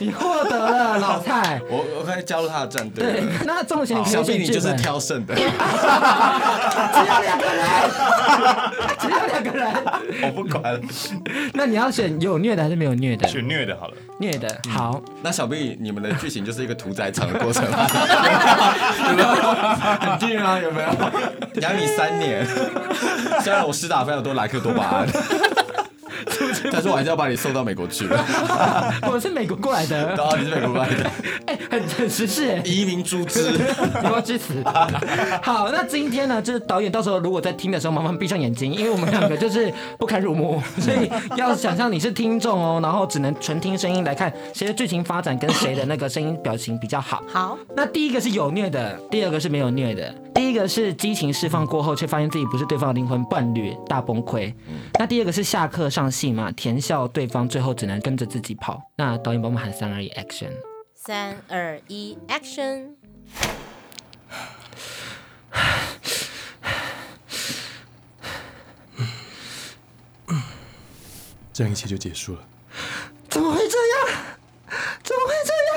B: 你获得了老蔡。
C: 我我可以加入他的战队
B: 对
C: *laughs* 了。，
B: 那仲贤可以
C: 想必
B: 选
C: 你
B: 剧
C: 就是
B: 本。
C: 挑剩 *laughs* 的，
B: 只有两个人，只有两个人。
C: 我不管了。
B: 那你要选有虐的还是没有虐的？
D: 选虐的好了，
B: 虐的。好，
C: 那想必你们的剧情就是一个屠宰场的过程，有没有？ *laughs* 很近啊，有没有？ *laughs* 养你三年，虽然我施打非常多莱克多巴 *laughs* 胺，但是我还是要把你送到美国 *laughs* 去。
B: 我是美国过来的，
C: 然后你是美国来的 *laughs*
B: 哎，很很实事哎。
C: 移民猪只，
B: 你要支持。好，那今天呢，就是导演到时候如果在听的时候，麻烦闭上眼睛，因为我们两个就是不堪入目，所以要想象你是听众哦，然后只能纯听声音来看谁的剧情发展跟谁的那个声音表情比较好。
A: 好，
B: 那第一个是有虐的，第二个是没有虐的。第一个是激情释放过后，却发现自己不是对方的灵魂伴侣，大崩溃。那第二个是下课上戏嘛，甜笑对方，最后只能跟着自己跑。那导演帮我们喊三二一，action！
A: 三二一，action！
D: 这样一切就结束了。
B: 怎么会这样？怎么会这样？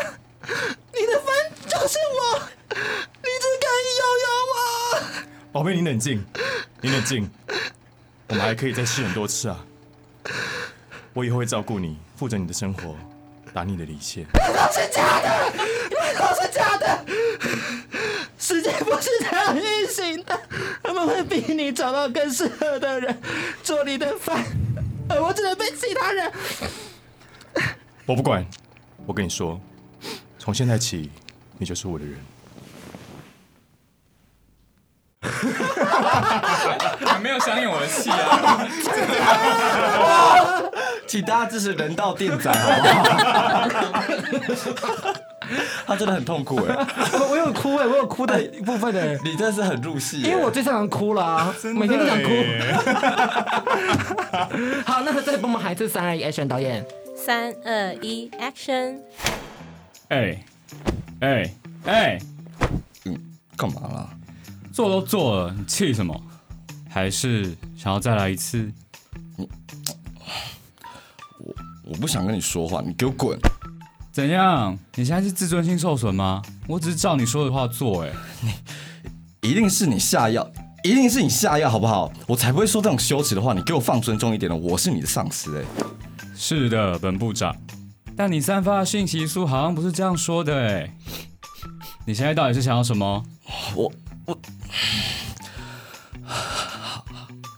B: 你的烦就是我，你只敢摇摇我。
D: 宝贝，你冷静，你冷静，我们还可以再试很多次啊。我以后会照顾你，负责你的生活，打你的离线。
B: 都是假的，都是假的，是世界不是这样运行的，他们会逼你找到更适合的人做你的饭。呃我只能被其他人。
D: 我不管，我跟你说，从现在起，你就是我的人。
E: 你没有想演我的戏 *laughs* 啊！
C: 请大家支持人道店长，好不好？ *laughs* 他真的很痛苦哎，
B: 我 *laughs* 我有哭哎、我有哭的一部分哎、
C: 你真的是很入戏欸，
B: 因为我最擅长哭了、啊，每天都想哭。好，那再帮我们喊一次三二一 action 导演。 *laughs*
A: 三二一，Action！
E: 哎哎哎，
C: 嗯干嘛啦？
E: 做都做了，你气什么？还是想要再来一次？
C: 我不想跟你说话，你给我滚！
E: 怎样？你现在是自尊心受损吗？我只是照你说的话做、哎，
C: 一定是你下药，一定是你下药，好不好？我才不会说这种羞耻的话。你给我放尊重一点的，哦我是你的上司哎、
E: 是的，本部长。但你散发的讯息素好像不是这样说的、哎，你现在到底是想要什么？
C: 我我， *sighs*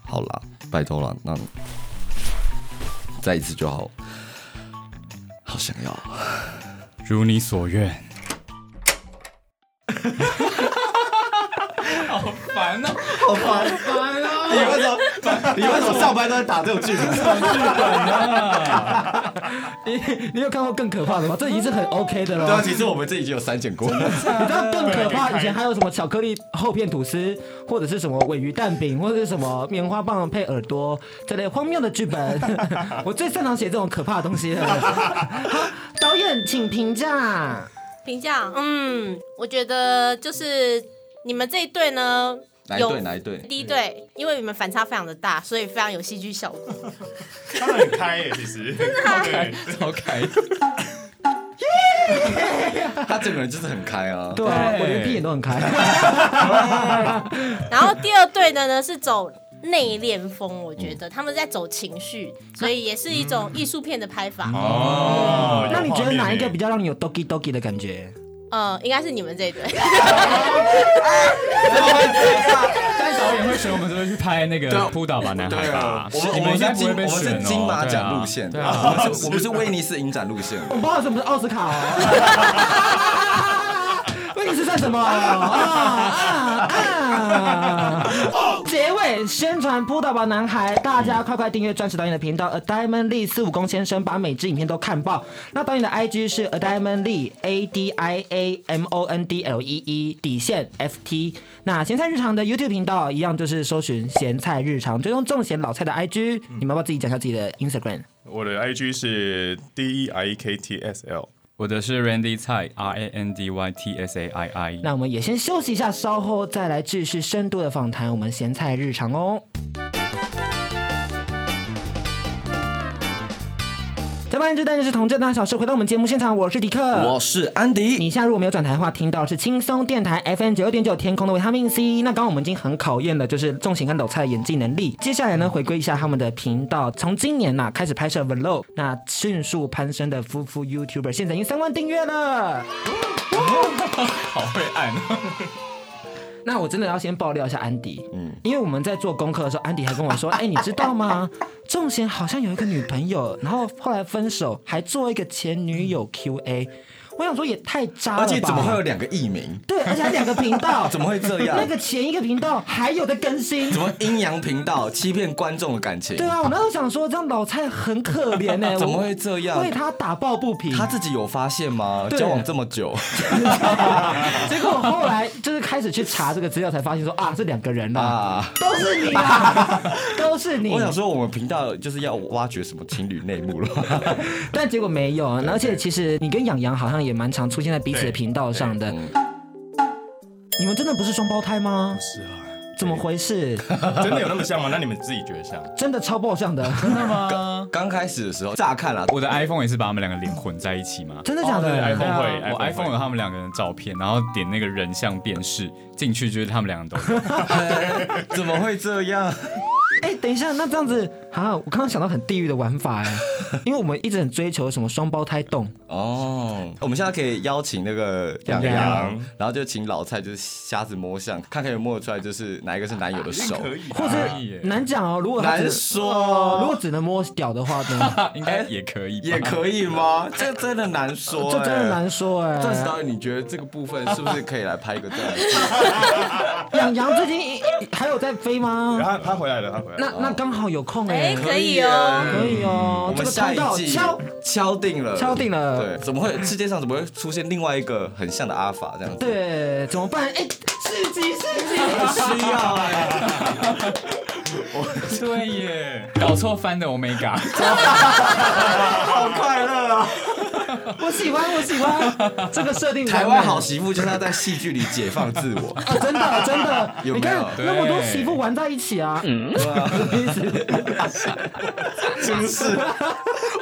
C: 好啦，拜托了，那再一次就好。好想要，
E: 如你所愿。好烦哦、
C: 好烦！
E: 烦哦、
C: 你为什么？你为什么上班都在打这种剧本？
B: 你你有看过更可怕的吗？这已经是很 OK 的了。
C: 对啊，其实我们这已经有删减过了。
B: 你知道更可怕？以前还有什么巧克力厚片吐司，或者是什么尾鱼蛋饼，或者是什么棉花棒配耳朵这类荒谬的剧 *laughs* 本。我最擅长写这种可怕的东西了。好，导演请评价。
A: 评价，嗯，我觉得就是你们这一队呢，
C: *laughs* 哪一
A: 有
C: 队？哪一队？
A: *laughs* 第一队，因为你们反差非常的大，所以非常有戏剧效果。 *laughs*
D: 他们很开耶、其实真的、对，
C: 超开。他整个人就是很开啊。
B: 对啊，我连屁眼都很 *laughs* 开。
A: 然后第二队的呢是走内敛风，我觉得他们在走情绪，所以也是一种艺术片的拍法。
D: 哦
B: 那你觉得哪一个比
D: 较？
B: 较让你有 doki doki 的感觉？
A: 呃，应该是你们这一队。
E: 但导演会选我们这边去拍那
D: 啊
E: 个扑倒吧男孩吧？
C: 我们
E: 你
C: 我们
E: 应该
C: 啊是金
E: 不
C: 我
E: 会被
C: 们是
E: 选哦。
C: 金马
E: 对啊
C: 奖路线，
E: 对
C: 的，
E: 啊，
C: 我们是我们是威尼斯影展路线的。
B: 我不知道什么是奥斯 *laughs* 卡哦。威尼斯算什么啊啊啊！结尾宣传扑倒吧男孩，大家快快订阅钻石导演的频道 A Diamond Lee 四五公先生，把每支影片都看爆。那导演的 IG 是 A Diamond Lee A D I A M O N D L E E 底线 F T。那咸菜日常的 YouTube 频道一样就是搜寻咸菜日常，追踪重咸老菜的 IG。你们要不要自己讲一下自己的 Instagram？
D: 我的 IG 是 D E I E K T S L。
E: 我的是 Randy 蔡 R A N D Y T S A I I。E
B: 那我们也先休息一下，稍后再来继续深度的访谈我们咸菜日常哦。在八点这单元是同志大小事，回到我们节目现场，我是迪克，
C: 我是安迪，
B: 你下如果没有转台的话，听到的是轻松电台 FM 九六点九天空的维他命 C。那刚刚我们已经很考验了，就是重型跟抖菜的演技能力。接下来呢，回归一下他们的频道，从今年呐、开始拍摄 Vlog，那迅速攀升的夫妇 YouTuber 现在已经三万订阅了。
E: 好会按，
B: 那我真的要先爆料一下安迪，嗯，因为我们在做功课的时候，安迪还跟我说，哎、你知道吗？ *laughs* 仲贤好像有一个女朋友，然后后来分手，还做一个前女友 Q&A。我想说也太渣了吧！
C: 嗯而且怎么会有两个艺名？
B: 对，而且还两个频道，
C: *laughs* 怎么会这样
B: 那个前一个频道还有在更新
C: *laughs* 怎。么阴阳频道欺骗观众的感情？
B: 对啊，我那时候想说，这样老蔡很可怜欸呢、我
C: *laughs* 怎么会这样
B: 为他打抱不平。
C: 他自己有发现吗？
B: 对
C: 交往这么久，
B: *laughs* 结果我后来就是开始去查这个资料，才发现说啊，这两个人啊， *laughs*
C: 啊！
B: 都是你啊，都是你。
C: *laughs* 我想说，我们频道就是要挖掘什么情侣内幕了。
B: 但结果没有，啊而且其实你跟养羊好像也蛮常出现在彼此的频道上的。你们真的不是双胞胎吗？
D: 是啊，
B: 怎么回事？
D: 真的有那么像吗？那你们自己觉得像？
B: 真的超爆像
C: *laughs*
B: 的，
E: 真的吗？
C: 刚开始的时候，乍看啦， *laughs*
E: 我的 iPhone 也是把他们两个脸混在一起嘛。
B: 真的假的？
D: 哦对，iPhone
E: 对啊
D: 会 iPhone
E: 我
D: 会
E: iPhone 有他们两个人的照片，然后点那个人像辨识进去，就是他们两个都有。
C: 怎么会这样？
B: 哎、等一下，那这样子啊，我刚刚想到很地狱的玩法
C: *laughs*
B: 哎，因为我们一直很追求什么双胞胎冻，
C: 哦，我们现在可以邀请那个
B: 杨
C: 杨
B: 洋
C: 洋，然后就请老蔡就是瞎子摸象，看看有没有摸得出来，就是哪一个是男友的手。
B: *laughs*
D: 可以吧，
B: 或
E: 以耶
B: 是难讲哦。如果他只
C: 哎难说
B: 哦如果只能摸屌的
C: *laughs*
B: 话呢，
E: 应该也可以吧，
C: 也可以吗？这真的难
B: *laughs*
C: 说、
B: 这真的难。说哎。
C: 钻石导演，你觉得这个部分是不是可以来拍一个这
B: *laughs*
C: 样？
B: 养羊最近还有在飞
D: 然
C: *laughs*
B: 吗？
D: 后他回来了，他回来
B: 那
D: 了。
B: 那刚好有空
A: 哎
B: 哎，
A: 可以哦
B: 可以哦
C: 啊我，
B: 这
C: 们
B: 个
C: 下
B: 通道
C: 一季
B: 敲
C: 敲定了，
B: 敲定了
C: 对，怎么会世界上怎么会出现另外一个很像的阿法这样子？，
B: 对怎么办？哎，刺激刺激，
C: 需要哎、
B: *laughs*
E: *laughs* 对耶，搞错翻的 Omega，
C: 好快乐啊！
B: 我喜欢我喜欢这个设定版本，
C: 台湾好媳妇就是要在戏剧里解放自 *laughs* 我。
B: 啊真的真的，
C: 有没有嗯
B: 你看
C: 对
B: 那么多媳妇玩在一起啊，
C: 真是，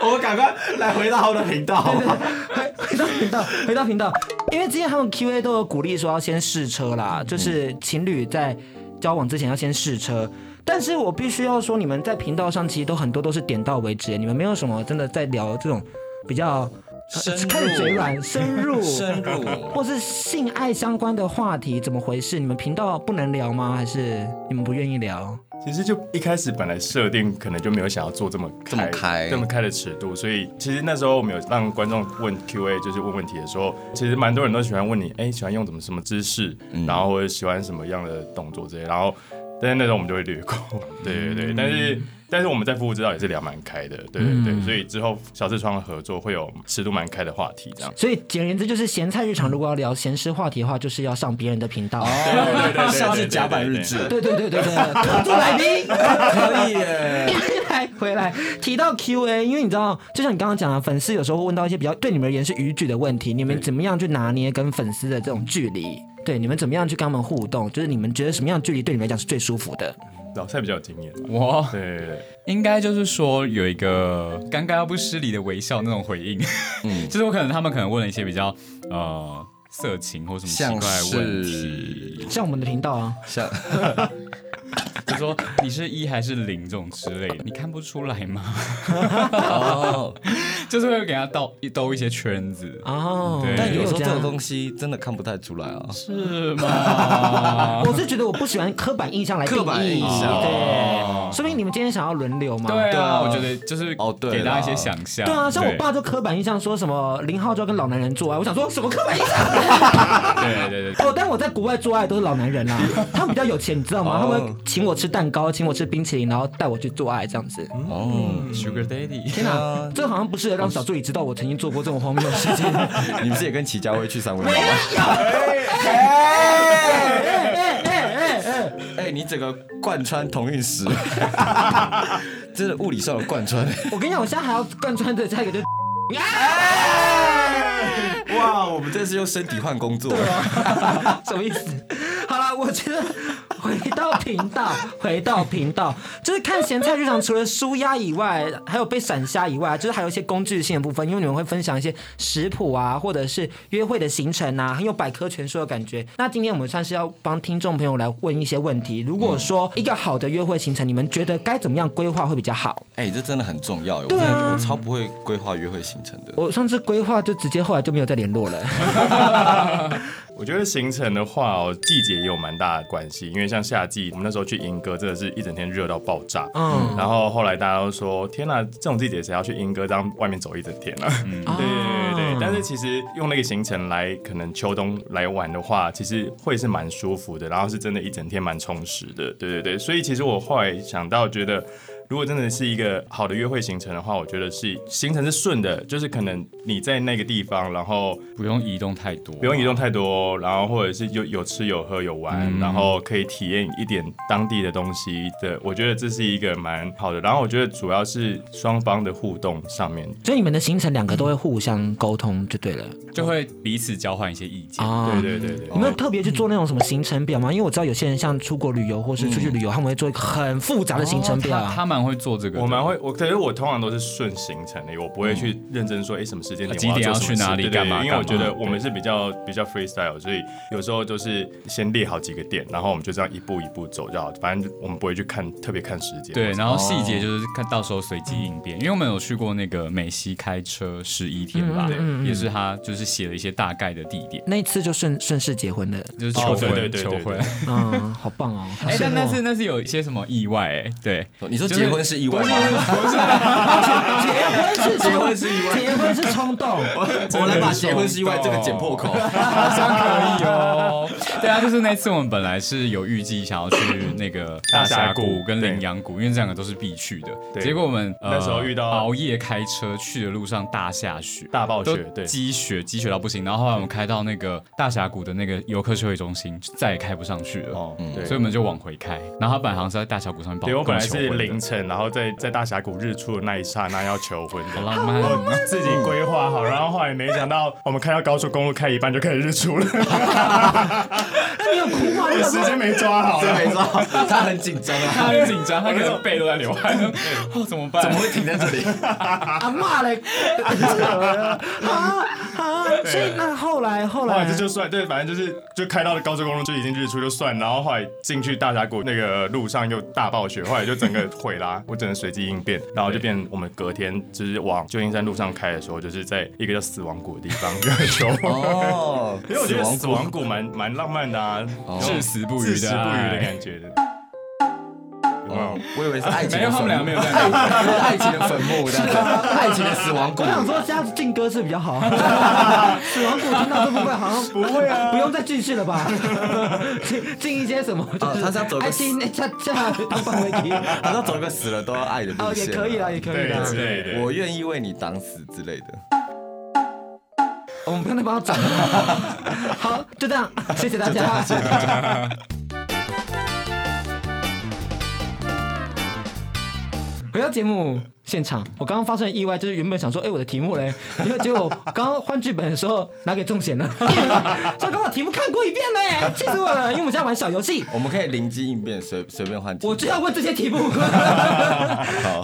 C: 我们赶快来回到我们的频道。
B: 回回到频道，回到频道，因为之前他们 Q A 都有鼓励说要先试车
C: 嗯
B: 啦，就是情侣在交往之前要先试车。但是我必须要说，你们在频道上其实都很多都是点到为止，你们没有什么真的在聊这种比较呃
C: 深入
B: 开始嘴软、深入、
C: 深入
B: 或是性爱相关的话题，怎么回事？你们频道不能聊吗？还是你们不愿意聊？
D: 其实就一开始本来设定可能就没有想要做这么
C: 这么开
D: 这么开的尺度，所以其实那时候我们有让观众问 Q&A，就是问问题的时候，其实蛮多人都喜欢问你，哎、喜欢用怎么什么姿势，
C: 嗯
D: 然后或者喜欢什么样的动作之类，然后但是那时候我们就
C: *laughs*
D: 会略过，对对
C: 嗯
D: 对，但是。但是我们在服务指导也是聊蛮开的，对对
C: 嗯
D: 对，所以之后小视窗的合作会有尺度蛮开的话题，这样。
B: 所以简而言之，就是咸菜日常如果要聊闲事话题的话，就是要上别人的频道。
C: 哦
D: 对对对对
C: 像是甲板日志，
B: 对对对对对，客座来宾。
C: 可以耶。
B: 来回来提到 Q&A，因为你知道，就像你刚刚讲的，粉丝有时候会问到一些比较对你们而言是逾矩的问题，你们怎么样去拿捏跟粉丝的这种距离？对，你们怎么样去跟他们互动？就是你们觉得什么样的距离对你们来讲是最舒服的？
D: 老蔡比较有经验，
E: 我
D: 对对对，
E: 应该就是说有一个尴尬要不失礼的微笑那种回应， *laughs* 就是我可能他们可能问了一些比较呃色情或什么奇怪
C: 像
E: 的问题，
C: 是
B: 像我们的频道啊，
C: 像
E: 就说你是一还是零这种之类的，你看不出来吗？
C: 哦，
E: *laughs* 就是会给他兜兜一些圈子，
B: 哦，
E: 对
C: 但有时候
B: 这
C: 这
B: 样
C: 种东西真的看不太出来啊。
E: 是吗？
B: 我是觉得我不喜欢刻板印象来定义，
C: 刻板印象
B: 对，说明你们今天想要轮流嘛？
E: 哦对
C: 对
E: 啊，
C: 啊
E: 我觉得就是
C: 哦对啦
E: 给大家一些想象。
B: 对啊，像我
E: 对
B: 爸就刻板印象说什么零号就要跟老男人做爱，我想说什么刻板印象？
E: *laughs* 对对对对，
B: 哦，但我在国外做爱都是老男人啦、啊
E: *laughs*
B: 他们比较有钱，你知道
E: 哦
B: 吗？他们会请我吃蛋糕，请我吃冰淇淋，然后带我去做爱这样子。
E: 嗯
C: 哦，
E: Sugar Daddy，
B: 天哪，这好像不适合让小助理知道我曾经做过这么荒谬的事
E: *laughs*
B: 情。哎
C: 你不是也跟齐家威去三温暖吗？ *laughs*
B: 哎
C: 哎，你整个贯穿同运石， *laughs* 真的物理上的贯穿。
B: 我跟你讲，我现在还要贯穿的下一个
E: *laughs*
B: 就
C: 哇，啊我们这是用身体换工 *laughs* 作。
B: 什么意思？好了，我觉得呃回到频道，回到频道，就是看咸菜日常，除了舒压以外，还有被闪瞎以外，就是还有一些工具性的部分，因为你们会分享一些食谱啊，或者是约会的行程啊，很有百科全书的感觉。那今天我们算是要帮听众朋友来问一些问题，如果说一个好的约会行程，你们觉得该怎么样规划会比较好？
C: 哎，这真的很重要。我真的我超不会规划约会行程的。
B: 我上次规划就直接后来就没有再联络了。
D: 我觉得行程的话、哦，季节也有蛮大的关系，因为像夏季，我们那时候去莺歌，真的是一整天热到爆炸。
B: 嗯，
D: 然后后来大家都说：“天哪，这种季节谁要去莺歌，这样外面走一整天啊？”对对对
B: 啊
D: 对。但是其实用那个行程来，可能秋冬来玩的话，其实会是蛮舒服的，然后是真的一整天蛮充实的。对对对，所以其实我后来想到，觉得。如果真的是一个好的约会行程的话，我觉得是行程是顺的，就是可能你在那个地方，然后
E: 不用移动太多，
D: 不用移动太多，然后或者是有有吃有喝有玩，
E: 嗯
D: 然后可以体验一点当地的东西的，我觉得这是一个蛮好的。然后我觉得主要是双方的互动上面，
B: 所以你们的行程两个都会互相沟通就对了
E: 就会彼此交换一些意见。
B: 啊。
D: 对对对对。
B: 有没有特别去做那种什么行程表吗？因为我知道有些人像出国旅游或是出去旅游，他们会做一个很复杂的行程表。
E: 哦他他蛮蛮会做这个的，
D: 我蛮会，我可是我通常都是顺行程的，我不会去认真说，哎、什么时间点
E: 啊几
D: 我
E: 点
D: 要
E: 要
D: 做什么
E: 去哪
D: 事
E: 里
D: 对对
E: 干嘛
D: 对因为我
E: 干
D: 觉
E: 嘛
D: 得我们是比较比较 freestyle，所以有时候就是先列好几个点，然后我们就这样一步一步走到，反正我们不会去看特别看时间。
E: 对，然后细节
B: 哦
E: 就是看到时候随机应变，因为我们有去过那个美西开车十一天
D: 嗯
E: 吧，也是他就是写了一些大概的地点，
B: 那一次就顺顺势结婚的，
E: 就是求
D: 哦对对
E: 婚
D: 对
E: 求
D: 对
B: *laughs*
E: 婚
D: 对。
B: 嗯，好棒哦！好
E: 哎，
B: 羡
E: 但
B: 慕
E: 那
B: 哦
E: 次那是有一些什么意外哎，对，
C: 哦你说
E: 就是
C: 结婚是意外吗？
B: 哦结婚是意外，结婚是冲动。
C: 我 *laughs* 来把结婚是意哦外这个剪破口。
E: 好像可以哦。 *laughs* 对啊，就是那次我们本来是有预计想要去那个大峡谷跟羚羊谷，因为这两个都是必去的。
D: 对
E: 结果我们呃
D: 那时候遇到
E: 熬夜开车去的路上大下雪，
D: 大暴雪
E: 都
D: 对
E: 积雪积雪到不行。然后后来我们开到那个大峡谷的那个游客休息中心，就再也开不上去了。
D: 哦，对，
E: 嗯所以我们就往回开，然后他本来好像是在大峡谷上面帮
D: 对我
E: 跟
D: 本来
E: 哦求
D: 是
E: 婚的
D: 凌晨，然后在在大峡谷日出的那一刹那要求婚
E: 好
D: 的。
E: 浪漫哦，
D: *laughs* 自己规划好，然后后来没想到，我们开到高速公路开一半就开始日出了。 *laughs*
B: 你有哭吗？
D: 时间没抓好，
C: 对，没错，他很紧张啊，
E: 他
C: *laughs*
E: 很紧张，他可能背都在流汗， *laughs* 哦怎么办？
C: 怎么会停在这里？
B: 阿骂嘞！啊啊！所以那后来后
D: 后来
B: 来
D: 这就算对，反正就是就开到了高速公路就已经日出就算，然后后来进去大峡谷那个路上又大暴雪，后来就整个毁啦，我只能随机应变，然后就变我们隔天就是往旧金山路上开的时候，就是在一个叫死亡谷的地方 *laughs* 求婚。
C: 哦，
D: 因为我觉得死
C: 死
D: 亡谷蛮蛮浪漫的啊，
E: 至死不
D: 至
E: 渝
D: 死
E: 的
D: 不渝的啊
E: 爱
D: 感觉的。有没有
C: 哦？我以为是爱情
E: 没
C: 的
E: 有，
C: 坟墓，
E: 他们俩没有这样。
C: *laughs* 爱情的坟墓，这样子 *laughs* 爱情的死亡谷
B: 我。想说，这样子进歌是比较
C: *laughs*
B: 好。死亡谷听到这部分好像不会啊，不用再继续了吧？ *laughs* 进进一些什么？就
C: 哦
B: 是
C: 他是要走个
B: 爱情恰
C: *laughs*
B: 恰当范围题。
C: 好像走一个死了都要爱的路
B: 哦，也
C: 线，啊
B: 可以啦，也可以啦
D: 对。之类的。
C: 我愿意为你挡死之类的。
B: 哦我们不要再 *laughs* 帮他讲了。好，就这样，谢谢大家。 *laughs* 回到节目现场，我刚刚发生意外，就是原本想说，哎、我的题目嘞， *laughs* 因为结果刚刚换剧本的时候拿给仲贤了， *laughs* 他刚把题目看过一遍嘞，气死我了！因为我们现在玩小游戏，
C: 我们可以灵机应变，随随便换题。
B: 我就要问这些题目，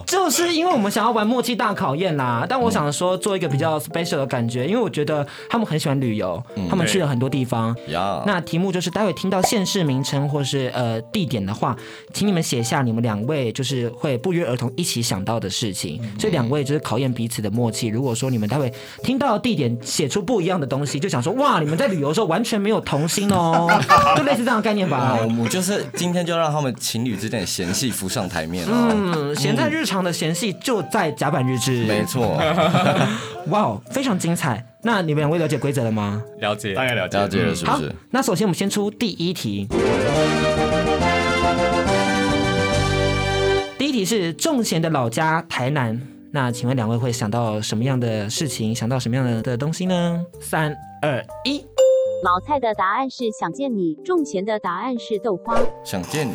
B: 就是因为我们想要玩默契大考验啦。但我想说做一个比较 special 的感觉，因为我觉得他们很喜欢旅游，他们去了很多地方。
C: 呀，
B: 那题目就是，待会听到县市名称或是呃地点的话，请你们写下你们两位就是会不约而同一起想到的事情。所以两位就是考验彼此的默契。如果说你们待会听到的地点写出不一样的东西，就想说哇，你们在旅游的时候完全没有童心哦，就类似这样的概念吧。
C: 啊我们就是今天就让他们情侣之间的嫌隙浮上台面哦。
B: 嗯，闲在日常的嫌隙就在甲板日志。
C: 没， *laughs* 错，
B: 哇哦，非常精彩。那你们两位了解规则了吗？
E: 了解
D: 大，概了解嗯
C: 了解了是不
B: 好
C: 是？，
B: 那首先我们先出第一题。第一题是仲贤的老家台南，那请问两位会想到什么样的事情？想到什么样的的东西呢？三二一，
G: 老蔡的答案是想见你，仲贤的答案是豆花。
C: 想见你，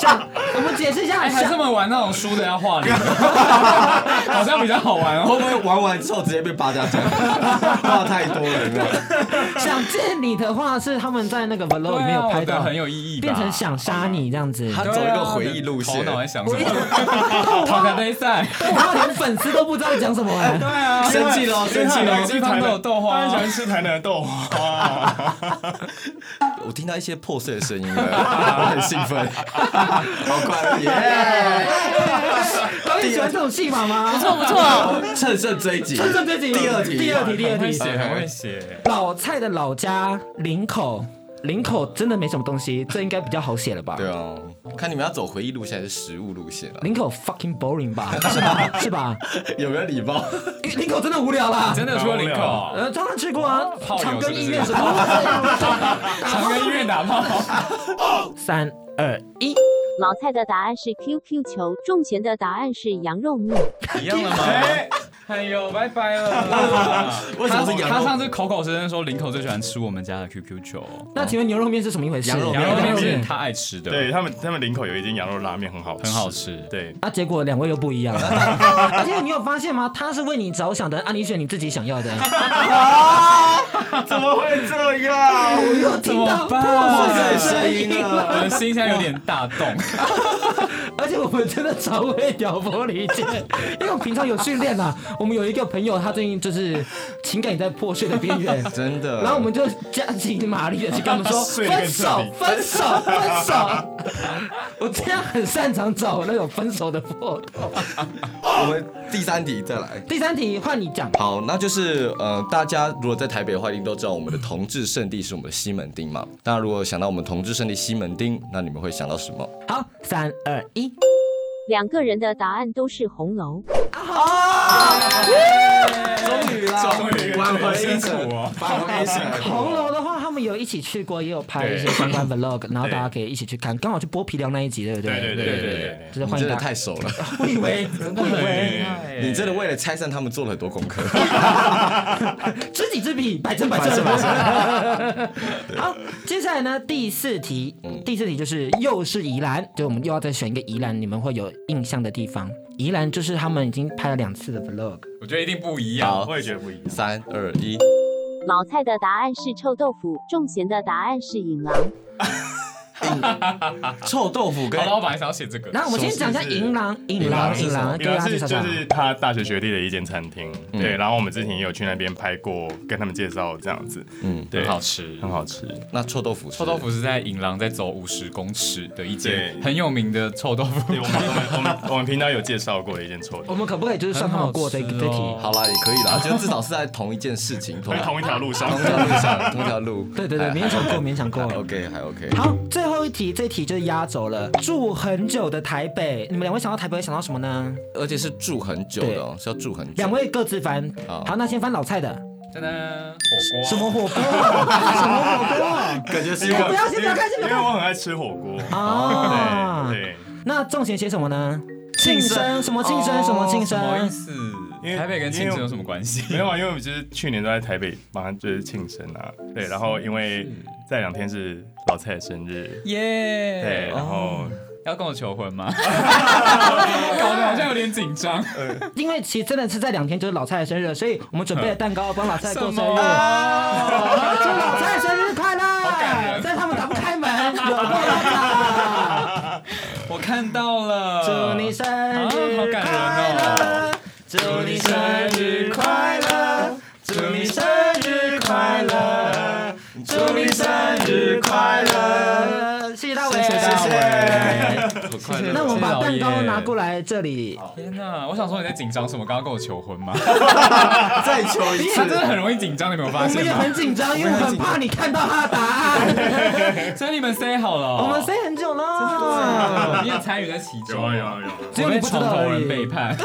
B: 像哎我们解释一下，
E: 哎，还是我
B: 像
E: 们玩那种输的要 *laughs* 画脸，好像比较好玩哦。
C: 会不会玩完之后直接被八家将？ *laughs* 话太多了，有没有？
B: 想见你的话是他们在那个 vlog 里面有拍
E: 对啊我觉得
B: 到，
E: 很有意义吧，
B: 变成想杀你这样子。
C: 他走一个回忆路线
E: 头，脑在想什么？ *laughs* 跑个杯
B: *laughs*
E: 赛，
B: 对，他连粉丝都不知道讲什么哎、
E: 对啊，
C: 生气了，生气了。
E: 地方都有豆花
D: *laughs*
E: 啊
D: 他很喜欢吃台南的豆花。
C: *laughs* 我听到一些破碎的声音了，我很兴奋，好快乐
B: *laughs*
C: 耶！
B: 导演喜欢这种戏码吗？不
A: 错
B: *laughs*
A: 不错，
C: 趁胜追击，
B: 趁胜追击。
C: 第二题，
B: 第二题，第二
E: 很会
B: 题。
E: 写，很会写。
B: 老蔡的老家林口，林口真的没什么东西，这应该比较好写了吧？
C: 对啊，看你们要走回忆路线还是实物路线啊？
B: 林口 fucking boring 吧，是吧？是吧？
C: 有没有礼 *laughs* 貌？
B: 因为林口真的无聊啦。
E: 真的有去过林口， *laughs*
B: 呃，当然去过啊，
E: 泡友
B: 长庚医院
E: 是
B: 什
E: 不是 *laughs*
B: 么？
E: 常跟医院打炮，
B: 三二一，
G: 老蔡的答案是 QQ 球，仲贤的答案是羊肉面。
E: 一样的吗？ *laughs* 哎呦，拜拜了！
C: *laughs* 为什么是羊肉
E: 他上次口口声声说林口最喜欢吃我们家的 QQ 球，
B: 那请问牛肉面是什么一回事？
C: 羊肉面
E: 羊肉面是他爱吃的，
D: 对，他们，他们林口有一间羊肉拉面很好吃，
E: 很好。吃。
D: 对，
B: 啊，结果两位又不一样。而且你有发现吗？他是为你着想的，啊，你选你自己想要的。
D: 怎么会这样？
C: 哎
B: 我又听到破碎的声音
E: 我
B: 了，
C: *laughs*
E: 的心现在有点大动，
B: *laughs* 而现我们真的常会挑拨离间，因为我平常有训练啊。我们有一个朋友，他最近就是情感也在破碎的边缘，
C: 真的。
B: 然后我们就加紧马力的去跟他们说
D: 睡
B: 分
D: 得
B: 手
D: 更，
B: 分手，分手。 *laughs* 我这样很擅长找那种分手的破口。
C: 我们第三题再来。
B: 第三题换你讲，
C: 好，那就是呃，大家如果在台北的话，一定都知道我们的同志圣地是我们的西门町嘛。那如果想到我们同志圣地西门町，那你们会想到什么？
B: 好，三二一，
G: 两个人的答案都是红楼。
C: 终于啦
D: 终于
C: 挽回一
D: 辛苦
C: 城，
D: 哦
C: 挽回一城。
B: *laughs* 红楼的话，他们有一起去过，也有拍一些
D: 对
B: 相关 vlog，然后
D: 对
B: 大家可以一起去看。刚好去剥皮凉那一集，对不对？
D: 对对对对对对
B: 就是
C: 你
B: 欢迎
C: 真的
B: 大家。
C: 太熟了，
B: 我以为，真的以为，
C: 你真的为了拆散他们做了很多功课。 *laughs*
B: 知己知彼，百战百胜。 *laughs* 好，接下来呢，第四题，第四题就是又是宜兰，就我们又要再选一个宜兰，你们会有印象的地方。宜兰就是他们已经拍了两次的 vlog，
E: 我觉得一定不一样。
C: 好，
D: 我也觉得不一样。
C: 三二一，
G: 老蔡的答案是臭豆腐，仲贤的答案是引狼。
C: 臭豆腐跟
E: 好了，我本来想要写这个。
B: 然后我们先讲一下银狼，银
C: 银
B: 狼，
C: 狼
B: 银狼，
D: 比
B: 对
D: 如
B: 啊，
D: 是
B: 啥
D: 就
B: 啥。
D: 是他大学学弟的一间餐厅，对，然后我们之前也有去那边拍过，跟他们介绍这样子，
C: 嗯，
D: 对，
E: 很好吃
D: 很好吃，
C: 那臭豆腐是
E: 臭豆腐是在引狼再走五十公尺的一间
D: 对
E: 很有名的臭豆腐
B: *laughs*
D: 对，我们我们我们我们频道有介绍过的一间臭
B: 我
D: 豆腐，
B: 们可不可以就是算他们过这个
E: 很好
B: 这
E: 吃哦
B: 题？
C: 好啦，也可以啦，就至少是在同一件事情，同
D: 在 *laughs* 同一条路上
C: 同。一条路上，同一条路。
B: 对对对，
C: 还
B: 勉强过，勉强
C: 还
B: 过。
C: OK，还 OK。
B: 好，最后一题，这题就是压轴了。住很久的台北，你们两位想到台北会想到什么呢？
C: 而且是住很久的哦，是要住很久。
B: 两位各自翻。
C: 好
B: 好，那先翻老蔡的。
E: 噔噔，火锅
B: 什么火 *laughs* 锅？什么火锅？
D: 感觉是
B: 因为不要先不要看先不
D: 因
B: 要
D: 为
B: 看
D: 我很爱吃火锅，
B: 啊，
D: 对对，
B: 那仲贤写什么呢？庆生什么庆生什么庆
E: 什么意
B: 生？啊
E: 思？
D: 因为
E: 台北跟庆生有什么关系？
B: *laughs*
D: 没有啊，因为我就是去年都在台北帮他就是庆生啊，对，然后因为在两天是老蔡的生日，
E: 耶。
D: 对，然后
E: 要跟我求
B: *laughs*
E: 婚吗？搞得好像有点紧张。
B: 因为其实真的是在两天就是老蔡的生日了，所以我们准备了蛋糕帮老蔡过生
E: 什
B: 日。
E: 么啊
B: 哦祝老蔡生日快
E: 感
B: 乐！
E: 人
B: 但他们打不开门，有够大。
E: 我看到了，
B: 祝你生日
E: 啊好
B: 快
E: 感人
B: 乐
E: 哦！
B: 祝你生日快乐！祝你生日快乐！祝你生日快乐！谢谢大伟，
E: 谢谢大伟。
C: 好快乐
B: 那我们把蛋糕
E: 谢谢
B: 拿过来这里。
E: 天哪！我想说你在紧张什么？刚刚跟我求婚吗？
C: 再求一
E: 他真的很容易紧张，你没有
B: 我
E: 发
B: 们
E: 现
B: 也很
E: 吗？
B: 紧张，因为我很怕你看到他的答案。
E: *laughs* 所以你们 say 好了哦，
B: 我们 say 很久了，
E: 你也参与在其
D: 有
E: 中
D: 啊
E: 哦，
D: 有啊有啊，
B: 只有你不知
E: 从
B: 道
E: 头
B: 而
E: 人背
B: 已。
E: 叛，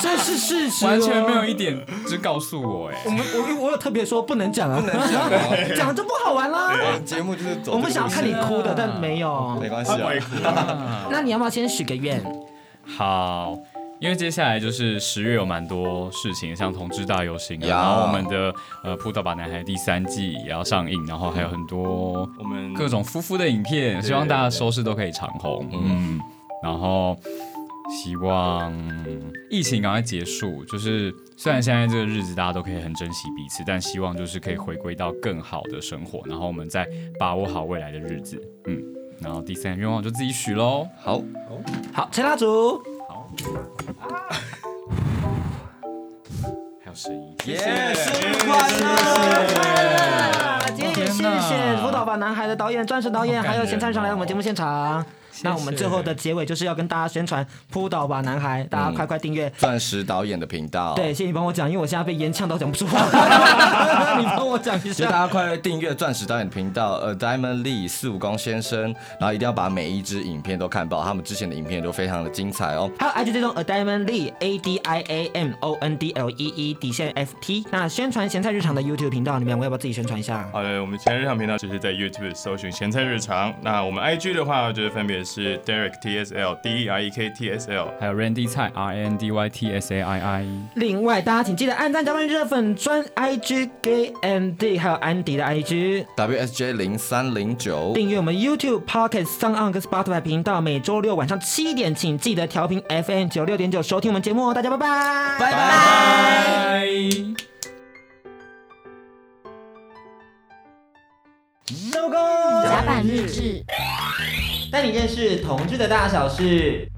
B: 这是事实哦，
E: 完全没有一点只告诉我哎
B: 我。们我我有特别说不能讲啊，不
C: 能讲啊
B: 讲了就不好玩啦。
C: 节目就是走。
B: 我们想要看你，哭的，但没有
C: 啊没。关系
D: 他不
C: 啊。
D: 会哭，
B: 那你要不要先许个愿？
E: 好，因为接下来就是十月有蛮多事情，像同志大游行啊，
C: 呀
E: 然后我们的呃《扑倒吧男孩》第三季也要上映，然后还有很多
D: 我们
E: 各种夫妇的影片，希望大家收视都可以长红。嗯，然后希望疫情赶快结束，就是虽然现在这个日子大家都可以很珍惜彼此，但希望就是可以回归到更好的生活，然后我们再把握好未来的日子。嗯，然后第三个愿望就自己许喽。
C: 好，
B: 好，吹蜡烛。
E: 还有声音。
C: 耶，生日快乐！
B: 啊今天也谢
E: 天哪
B: 谢《辅导吧男孩》的导演、钻石导演，
E: 好感
B: 还
E: 人
B: 有咸菜上来我们节目现场。那我们最后的结尾就是要跟大家宣传《扑倒吧男孩》，大家快快订阅。
C: 钻石导演的频道。
B: 对，。谢谢你帮我讲，因为我现在被烟呛到讲不出 *laughs* 话。你帮我讲一
C: 就
B: 下。
C: 大家快来订阅钻石导演的频道，呃，Diamond Lee 四五公先生，然后一定要把每一支影片都看爆，他们之前的影片都非常的精彩哦。
B: 还有 IG 追踪 A 呃 Diamond Lee A D I A M O N D L E E 底线 F T。那宣传咸菜日常的 YouTube 频道，你们两位要不要自己宣传一下？
D: 好的，我们前菜日常频道就是在 YouTube 搜寻前菜日常。那我们 IG 的话，就是分别是 Derek T S L D E R E K T S L。
E: 还有 Randy 菜 R A N D Y T S A I I，
B: 另外，大家请记得按赞加关注热粉专 IG Gay and D，还有安迪的 IG，
C: WSJ 零三零九，
B: 订阅我们 YouTube、Pocket、s o n On 跟 Spotify 频道。每周六晚上七点，请记得调频 FM 九六点九收听我们节目哦。大家拜拜，拜拜。
E: 拜。
B: 收工。
G: 甲板日志。
B: 带你认识同志的大小事。